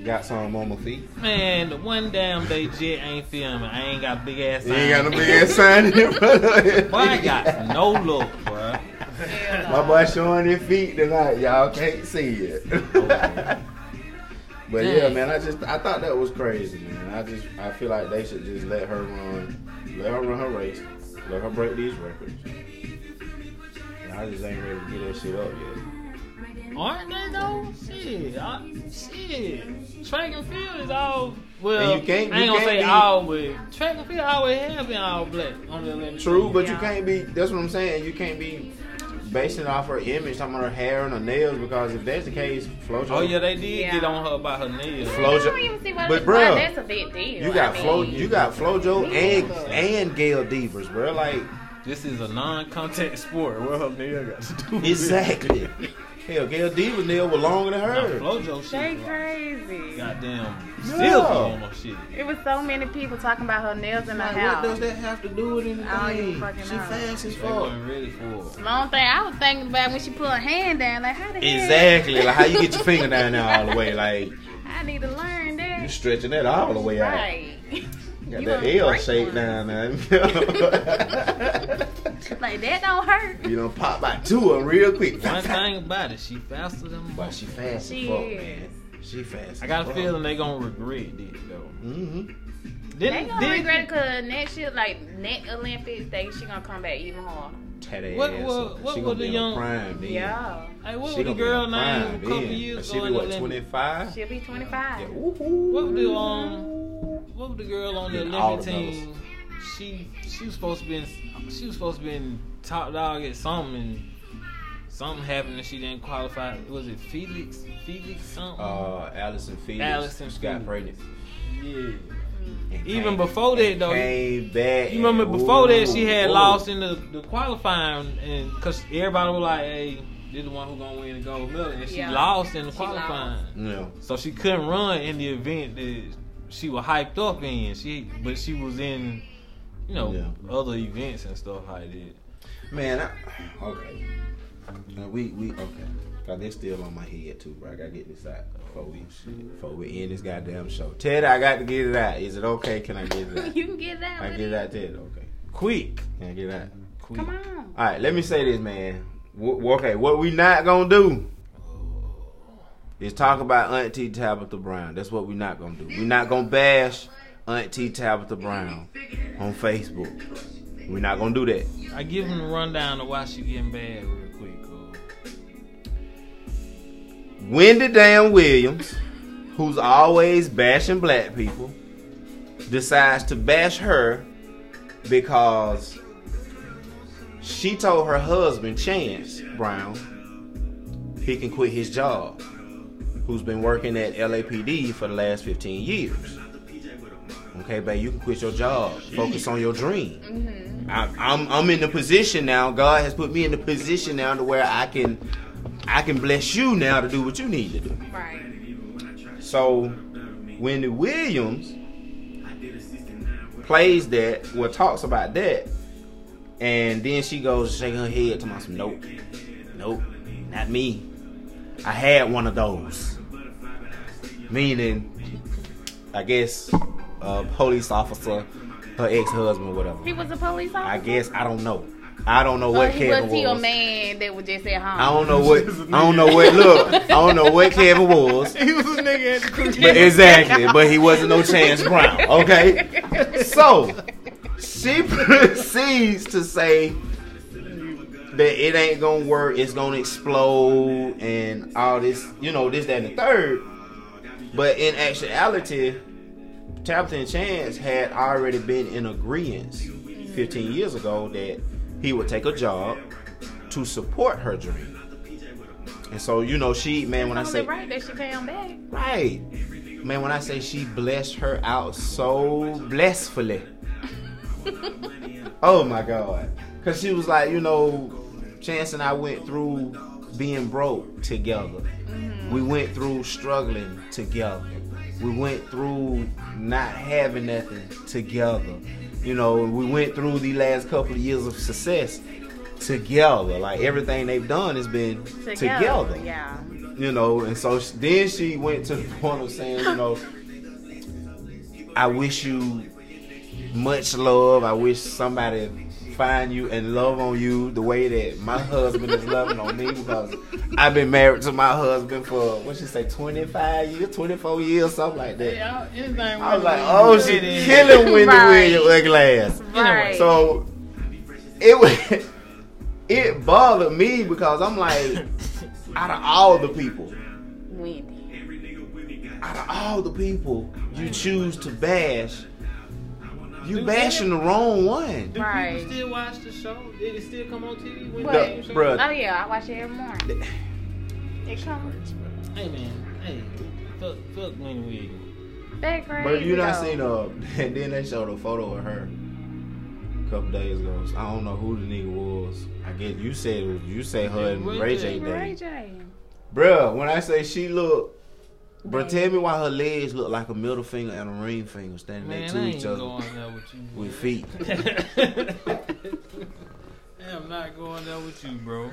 Speaker 3: got some on my feet.
Speaker 1: Man, the one damn day Jet ain't filming. I ain't got big ass.
Speaker 3: You ain't got no big ass sign in here.
Speaker 1: Boy, I got no look, bro.
Speaker 3: My boy showing his feet tonight. Y'all can't see it. but yeah, man, I just I thought that was crazy, man. I just I feel like they should just let her run, let her run her race, let her break these records. And I just ain't ready to get that shit up yet.
Speaker 1: Aren't they though? Shit, I, shit. Track and field is all well.
Speaker 3: And you can't-
Speaker 1: I ain't
Speaker 3: you
Speaker 1: gonna
Speaker 3: can't
Speaker 1: say
Speaker 3: be-
Speaker 1: all, but track and field always have been all black on the Olympics.
Speaker 3: True, but you
Speaker 2: Yeah.
Speaker 3: can't be. That's what I'm saying. You can't be basing it off her image, talking about her hair and her nails, because if that's the case, Flo
Speaker 1: Oh yeah,
Speaker 3: Jo-
Speaker 1: they did
Speaker 2: Yeah.
Speaker 1: get on her about her nails.
Speaker 3: Flo
Speaker 2: I
Speaker 3: Jo-
Speaker 2: don't even see why,
Speaker 3: But
Speaker 2: why
Speaker 3: bruh,
Speaker 2: that's a big deal.
Speaker 3: You got
Speaker 2: I
Speaker 3: Flo,
Speaker 2: mean,
Speaker 3: you got FloJo and
Speaker 1: Yeah.
Speaker 3: and Gail Devers, bro. Like
Speaker 1: This is a non-contact sport. What her nail got to do? with it?
Speaker 3: Exactly. Hell, Gail Diva's nail was longer than
Speaker 1: Nah,
Speaker 3: hers.
Speaker 1: Flojo
Speaker 2: They
Speaker 1: shit. was like
Speaker 2: crazy.
Speaker 1: Goddamn,
Speaker 3: Yeah.
Speaker 1: silver on her shit.
Speaker 2: It was so many people talking about her nails in the
Speaker 3: Like,
Speaker 2: house.
Speaker 3: what does that have to do with anything?
Speaker 2: I don't even fucking
Speaker 3: She
Speaker 2: know.
Speaker 3: fast as
Speaker 1: They
Speaker 3: fuck.
Speaker 1: wasn't ready for it.
Speaker 2: Long thing I was thinking about when she put her hand down, like how the hell?
Speaker 3: Exactly. Like how you get your finger down there all the way. Like
Speaker 2: I need to learn
Speaker 3: you
Speaker 2: that.
Speaker 3: stretching that all the way out.
Speaker 2: Right.
Speaker 3: Got
Speaker 2: You
Speaker 3: that
Speaker 2: a
Speaker 3: L
Speaker 2: great
Speaker 3: shape
Speaker 2: one.
Speaker 3: down there.
Speaker 2: Like that don't hurt.
Speaker 3: you don't pop by two of 'em real quick.
Speaker 1: One thing about it, she faster than
Speaker 3: But
Speaker 1: most.
Speaker 3: she fast
Speaker 2: She
Speaker 3: as fuck,
Speaker 2: is.
Speaker 3: man. She fast.
Speaker 1: I got a feeling they gonna regret this though.
Speaker 3: Mm-hmm.
Speaker 2: They
Speaker 1: Didn't-
Speaker 2: gonna
Speaker 1: didn't-
Speaker 2: regret it cause next year, like next Olympics, they she gonna come back even harder.
Speaker 3: Tat ass.
Speaker 1: What- what-
Speaker 3: up.
Speaker 1: what
Speaker 3: she
Speaker 1: was
Speaker 3: gonna
Speaker 1: the
Speaker 3: be in
Speaker 1: young-
Speaker 3: prime then.
Speaker 2: Yeah.
Speaker 1: Hey, what was
Speaker 3: She
Speaker 1: the
Speaker 3: gonna be
Speaker 1: girl
Speaker 3: in
Speaker 1: named
Speaker 3: prime
Speaker 1: a couple
Speaker 3: then.
Speaker 1: years
Speaker 3: She
Speaker 1: ago
Speaker 3: be
Speaker 1: in the
Speaker 3: what
Speaker 1: Olympics?
Speaker 3: twenty five.
Speaker 2: She'll be 25.
Speaker 1: What was the um? What was the girl on the
Speaker 3: Getting all
Speaker 1: Olympic
Speaker 3: the
Speaker 1: team? She she was supposed to be in, she was supposed to be in top dog at something. And something happened and she didn't qualify. Was it Felix? Felix something?
Speaker 3: Uh, Allison Felix.
Speaker 1: Allison
Speaker 3: she got
Speaker 1: Felix.
Speaker 3: pregnant.
Speaker 1: yeah.
Speaker 3: And
Speaker 1: Even
Speaker 3: came-
Speaker 1: before that,
Speaker 3: and
Speaker 1: though,
Speaker 3: Came back.
Speaker 1: You remember
Speaker 3: and-
Speaker 1: before that she had
Speaker 3: Ooh,
Speaker 1: lost in the, the qualifying and because everybody was like, "Hey, this the one who gonna win the gold medal," and she
Speaker 2: Yeah.
Speaker 1: lost in the
Speaker 2: She
Speaker 1: qualifying.
Speaker 3: ooh. No.
Speaker 1: So she couldn't run in the event that she was hyped up in. She but she was in, you know,
Speaker 3: Yeah.
Speaker 1: other events and stuff like that.
Speaker 3: Man, I, okay. Uh, we we okay. Cause this still on my head too, bro. I gotta get this out before we before we end this goddamn show. Ted, I got to get it out. Is it okay? Can I get it out?
Speaker 2: you can get that.
Speaker 3: I
Speaker 2: with
Speaker 3: get it out, Ted. Okay.
Speaker 1: Quick,
Speaker 3: Can I get it out?
Speaker 1: quick.
Speaker 2: Come on.
Speaker 3: All right. Let me say this, man. W- okay, what we not gonna do is talk about Auntie Tabitha Brown. That's what we not gonna do. we not gonna bash Auntie Tabitha Brown on Facebook. we not gonna do that.
Speaker 1: I give him the rundown of why she getting bad real quick. uh. Cole.
Speaker 3: Wendy Dan Williams, who's always bashing black people, decides to bash her because she told her husband, Chance Brown, he can quit his job, who's been working at LAPD for the last 15 years. Okay, babe, you can quit your job. Focus on your dream. I, I'm I'm in the position now. God has put me in the position now to where I can I can bless you now to do what you need to do.
Speaker 2: Right.
Speaker 3: So Wendy Williams plays that, well, talks about that, and then she goes shaking her head to my nope, nope, not me. I had one of those. Meaning, I guess, a police officer, her ex husband, whatever.
Speaker 2: He was a police officer.
Speaker 3: I guess I don't know. I don't know
Speaker 2: So
Speaker 3: what
Speaker 2: Oh, he
Speaker 3: Kevin
Speaker 2: was he a
Speaker 3: was.
Speaker 2: man that was just at home.
Speaker 3: I don't know what I don't know what look I don't know what Kevin was,
Speaker 1: He was a nigga at the crib.
Speaker 3: but exactly. But he wasn't no Chance Brown. Okay, so she proceeds to say that it ain't gonna work. It's gonna explode and all this. You know this, that, and the third. But in actuality, Tabitha and Chance had already been in agreement 15 years ago that he would take a job to support her dream. And so, you know, she, man, when I
Speaker 2: Only
Speaker 3: say,
Speaker 2: Oh, right that she came back.
Speaker 3: right, man, when I say she blessed her out so blessfully. oh my God. Because she was like, you know, Chance and I went through being broke together. We went through struggling together. We went through not having nothing together. You know, we went through the last couple of years of success together. Like everything they've done has been together.
Speaker 2: Yeah.
Speaker 3: You know, and so sh then she went to the point of saying, you know, I wish you much love. I wish somebody find you and love on you the way that my husband is loving on me because I've been married to my husband for what she say, twenty five years, twenty four years, something like that.
Speaker 1: Yeah, anything
Speaker 3: I
Speaker 1: wrong
Speaker 3: was like,
Speaker 1: with
Speaker 3: oh,
Speaker 1: you,
Speaker 3: she
Speaker 1: it is.
Speaker 3: killing Wendy
Speaker 2: Right.
Speaker 3: with your glass.
Speaker 2: Right.
Speaker 3: So it was it bothered me because I'm like, out of all the people,
Speaker 2: Wendy.
Speaker 3: out of all the people you choose to bash, you bashing the wrong one.
Speaker 1: Do
Speaker 2: Right.
Speaker 1: people still watch the show? Did it still come on TV? When
Speaker 2: What?
Speaker 1: the game show?
Speaker 3: Bruh.
Speaker 2: Oh yeah, I watch it every morning. It comes
Speaker 1: Hey man, hey, fuck, fuck Wendy Williams.
Speaker 2: back crazy.
Speaker 3: But you not
Speaker 2: though.
Speaker 3: seen uh and then they showed a photo of her a couple days ago. So I don't know who the nigga was. I guess you said it was- you say her and Ray J
Speaker 2: Ray
Speaker 3: day.
Speaker 2: J.
Speaker 3: Bruh, when I say she look Bruh, tell me why her legs look like a middle finger and a ring finger standing
Speaker 1: Man,
Speaker 3: next
Speaker 1: I
Speaker 3: to
Speaker 1: ain't
Speaker 3: each other
Speaker 1: going there with you.
Speaker 3: with feet.
Speaker 1: Hey, I'm not going there with you, bro.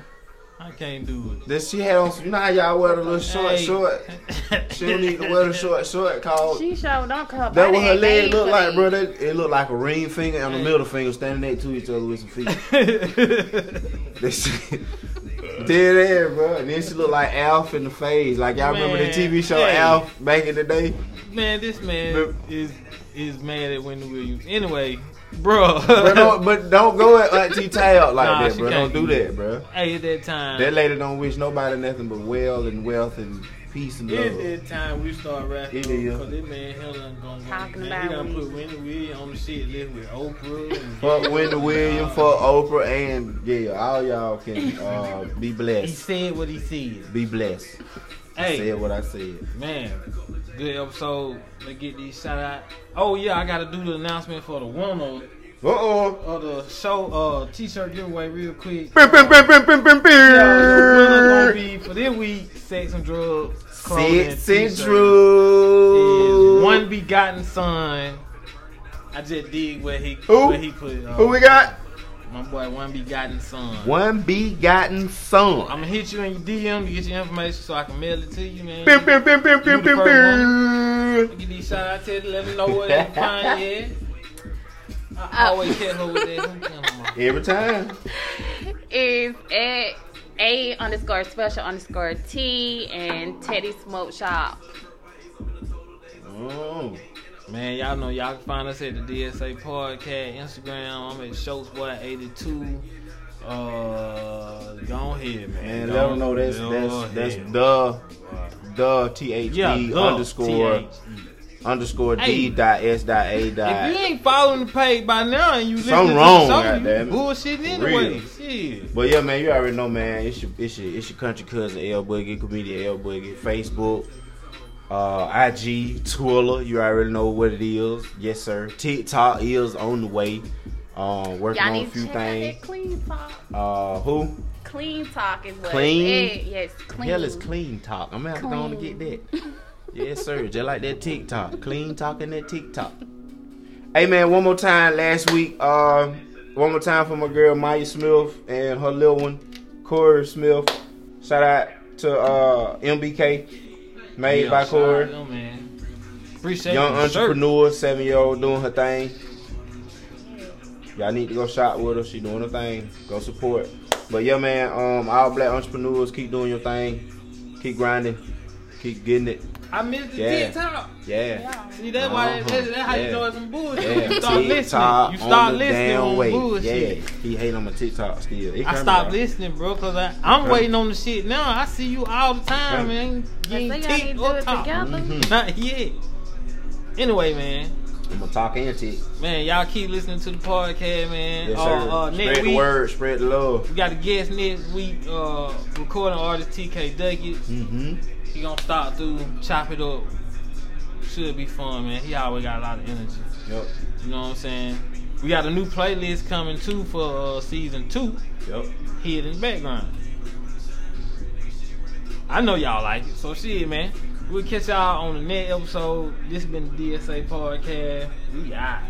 Speaker 1: I can't do it.
Speaker 3: Then she had on some, you know how y'all wear the little short
Speaker 1: Hey.
Speaker 3: short. She don't need to wear the short short called
Speaker 2: She showed up. Her
Speaker 3: That
Speaker 2: body
Speaker 3: what her
Speaker 2: ain't
Speaker 3: leg
Speaker 2: made for
Speaker 3: looked like,
Speaker 2: that.
Speaker 3: bro. That, it looked like a ring finger and a
Speaker 1: Hey.
Speaker 3: middle finger standing next to each other with some feet.
Speaker 1: Y'all
Speaker 3: That shit. Dead ass, bro. And then she looked like Alf in the phase. Like y'all remember the
Speaker 1: Man,
Speaker 3: TV show
Speaker 1: hey.
Speaker 3: Alf back in the day?
Speaker 1: Man, this
Speaker 3: But-
Speaker 1: man is is mad at Wendy Williams. Anyway, bro.
Speaker 3: But don't, but don't go at Auntie Tab like
Speaker 1: Nah,
Speaker 3: that,
Speaker 1: she
Speaker 3: bro. Don't
Speaker 1: can't
Speaker 3: do
Speaker 1: do
Speaker 3: that, bro.
Speaker 1: hey, at that time.
Speaker 3: That lady don't wish nobody nothing but well and wealth and peace and
Speaker 1: It's
Speaker 3: love.
Speaker 1: that time we start rapping
Speaker 3: It is.
Speaker 1: because this man hell done gone.
Speaker 2: Talking
Speaker 1: man,
Speaker 2: about
Speaker 1: he done put
Speaker 2: Wendy.
Speaker 1: Wendy Williams on the shit list with Oprah and
Speaker 3: Fuck Wendy Williams, fuck Oprah, and yeah, all y'all can uh, be
Speaker 1: He
Speaker 3: blessed.
Speaker 1: said what he said.
Speaker 3: Be blessed. I
Speaker 1: Hey,
Speaker 3: said what I said.
Speaker 1: man, good episode. Let's get these shout out. Oh yeah, I gotta do the announcement for the one of,
Speaker 3: Uh oh.
Speaker 1: of the show uh t-shirt giveaway real quick.
Speaker 3: Bim, bim, bim, bim, bim, bim,
Speaker 1: Winner gonna be
Speaker 3: bim.
Speaker 1: for this week, sex and drugs. clothing and
Speaker 3: Six
Speaker 1: T-shirt
Speaker 3: Central.
Speaker 1: Is one begotten son. I just dig where he
Speaker 3: Who?
Speaker 1: where he put uh,
Speaker 3: Who we got?
Speaker 1: my boy one begotten son.
Speaker 3: One begotten son.
Speaker 1: I'm gonna hit you in your DM to get your information so I can mail it to you, man.
Speaker 3: Bim, bim, bim, bim, bim,
Speaker 1: You the
Speaker 3: bim,
Speaker 1: first
Speaker 3: bim.
Speaker 1: Get these shout out to let me know where they can find you. at. I always hit her with that. Who can I?
Speaker 3: Every time.
Speaker 2: is at a underscore special underscore t and Teddy Smoke Shop.
Speaker 3: Oh.
Speaker 1: Man, y'all know y'all can find us at the DSA Podcast Instagram. I'm at Schultzboy82. Uh, go ahead, man.
Speaker 3: And
Speaker 1: Go
Speaker 3: let them know that's
Speaker 1: ahead.
Speaker 3: that's that's the the T H
Speaker 1: yeah,
Speaker 3: D
Speaker 1: the
Speaker 3: underscore
Speaker 1: THE.
Speaker 3: underscore D
Speaker 1: Hey.
Speaker 3: dot S dot A
Speaker 1: If you
Speaker 3: dot.
Speaker 1: ain't following the page by now and you listen
Speaker 3: Something
Speaker 1: to
Speaker 3: wrong,
Speaker 1: the show,
Speaker 3: goddamn
Speaker 1: you
Speaker 3: it.
Speaker 1: bullshitting
Speaker 3: For real.
Speaker 1: anyway. Shit.
Speaker 3: But yeah, man, you already know, man. It's your it's your it's your country cousin L Boogie, comedian L Boogie, Facebook, uh, IG, Twitter. You already know what it is. Yes, sir. TikTok is on the way. Um, working
Speaker 2: Y'all
Speaker 3: on
Speaker 2: need
Speaker 3: a
Speaker 2: to
Speaker 3: few
Speaker 2: check out
Speaker 3: things.
Speaker 2: that clean talk.
Speaker 3: Uh, who?
Speaker 2: Clean talk is what
Speaker 3: Clean?
Speaker 2: It, yes, clean.
Speaker 3: Hell is clean talk. I'm gonna have to go on to get that. Yes, sir. Just like that TikTok. Clean talking that TikTok. Hey man, one more time last week. Uh, one more time for my girl Maya Smith and her little one, Corey Smith. Shout out to uh, MBK, made
Speaker 1: Yeah, shout
Speaker 3: by
Speaker 1: out
Speaker 3: Corey.
Speaker 1: to them, man. Appreciate
Speaker 3: Young
Speaker 1: the shirt.
Speaker 3: entrepreneur, seven year old doing her thing. Y'all need to go shop with her. She doing her thing. Go support. But yeah, man. Um, all black entrepreneurs keep doing your thing. Keep grinding. Keep getting it.
Speaker 1: I missed the
Speaker 3: Yeah.
Speaker 1: TikTok.
Speaker 3: Yeah.
Speaker 1: See, that's why
Speaker 3: Uh-huh.
Speaker 1: that's, that's how you
Speaker 3: Yeah.
Speaker 1: know it's some bullshit.
Speaker 3: Yeah,
Speaker 1: You start
Speaker 3: TikTok
Speaker 1: listening. You
Speaker 3: on
Speaker 1: start
Speaker 3: the
Speaker 1: listening
Speaker 3: damn
Speaker 1: on
Speaker 3: way.
Speaker 1: bullshit.
Speaker 3: Yeah, he hate on my TikTok still. It
Speaker 1: I
Speaker 3: coming,
Speaker 1: stopped
Speaker 3: bro.
Speaker 1: listening, bro, cause I, I'm
Speaker 3: Okay.
Speaker 1: waiting on the shit now. I see you all the
Speaker 3: Okay.
Speaker 1: time, man. You
Speaker 2: They
Speaker 1: ain't
Speaker 2: gotta need to
Speaker 1: tick
Speaker 2: do
Speaker 1: or
Speaker 2: it
Speaker 1: talk.
Speaker 2: together.
Speaker 3: Mhm.
Speaker 1: Not yet. Anyway, man,
Speaker 3: I'm gonna talk and tick.
Speaker 1: man, y'all keep listening to the podcast, man.
Speaker 3: Yes,
Speaker 1: uh,
Speaker 3: sir.
Speaker 1: uh,
Speaker 3: spread
Speaker 1: next
Speaker 3: the
Speaker 1: week,
Speaker 3: word. Spread the love.
Speaker 1: we got a guest next week. Uh, recording artist TK Duggett.
Speaker 3: Mm-hmm.
Speaker 1: He gonna start through, chop it up. Should be fun, man. He always got a lot of energy.
Speaker 3: Yep.
Speaker 1: You know what I'm saying? We got a new playlist coming too for uh, season two,
Speaker 3: Yep.
Speaker 1: Hidden Background. I know y'all like it, so shit, man. We'll catch y'all on the next episode. This has been the DSA Podcast. We out.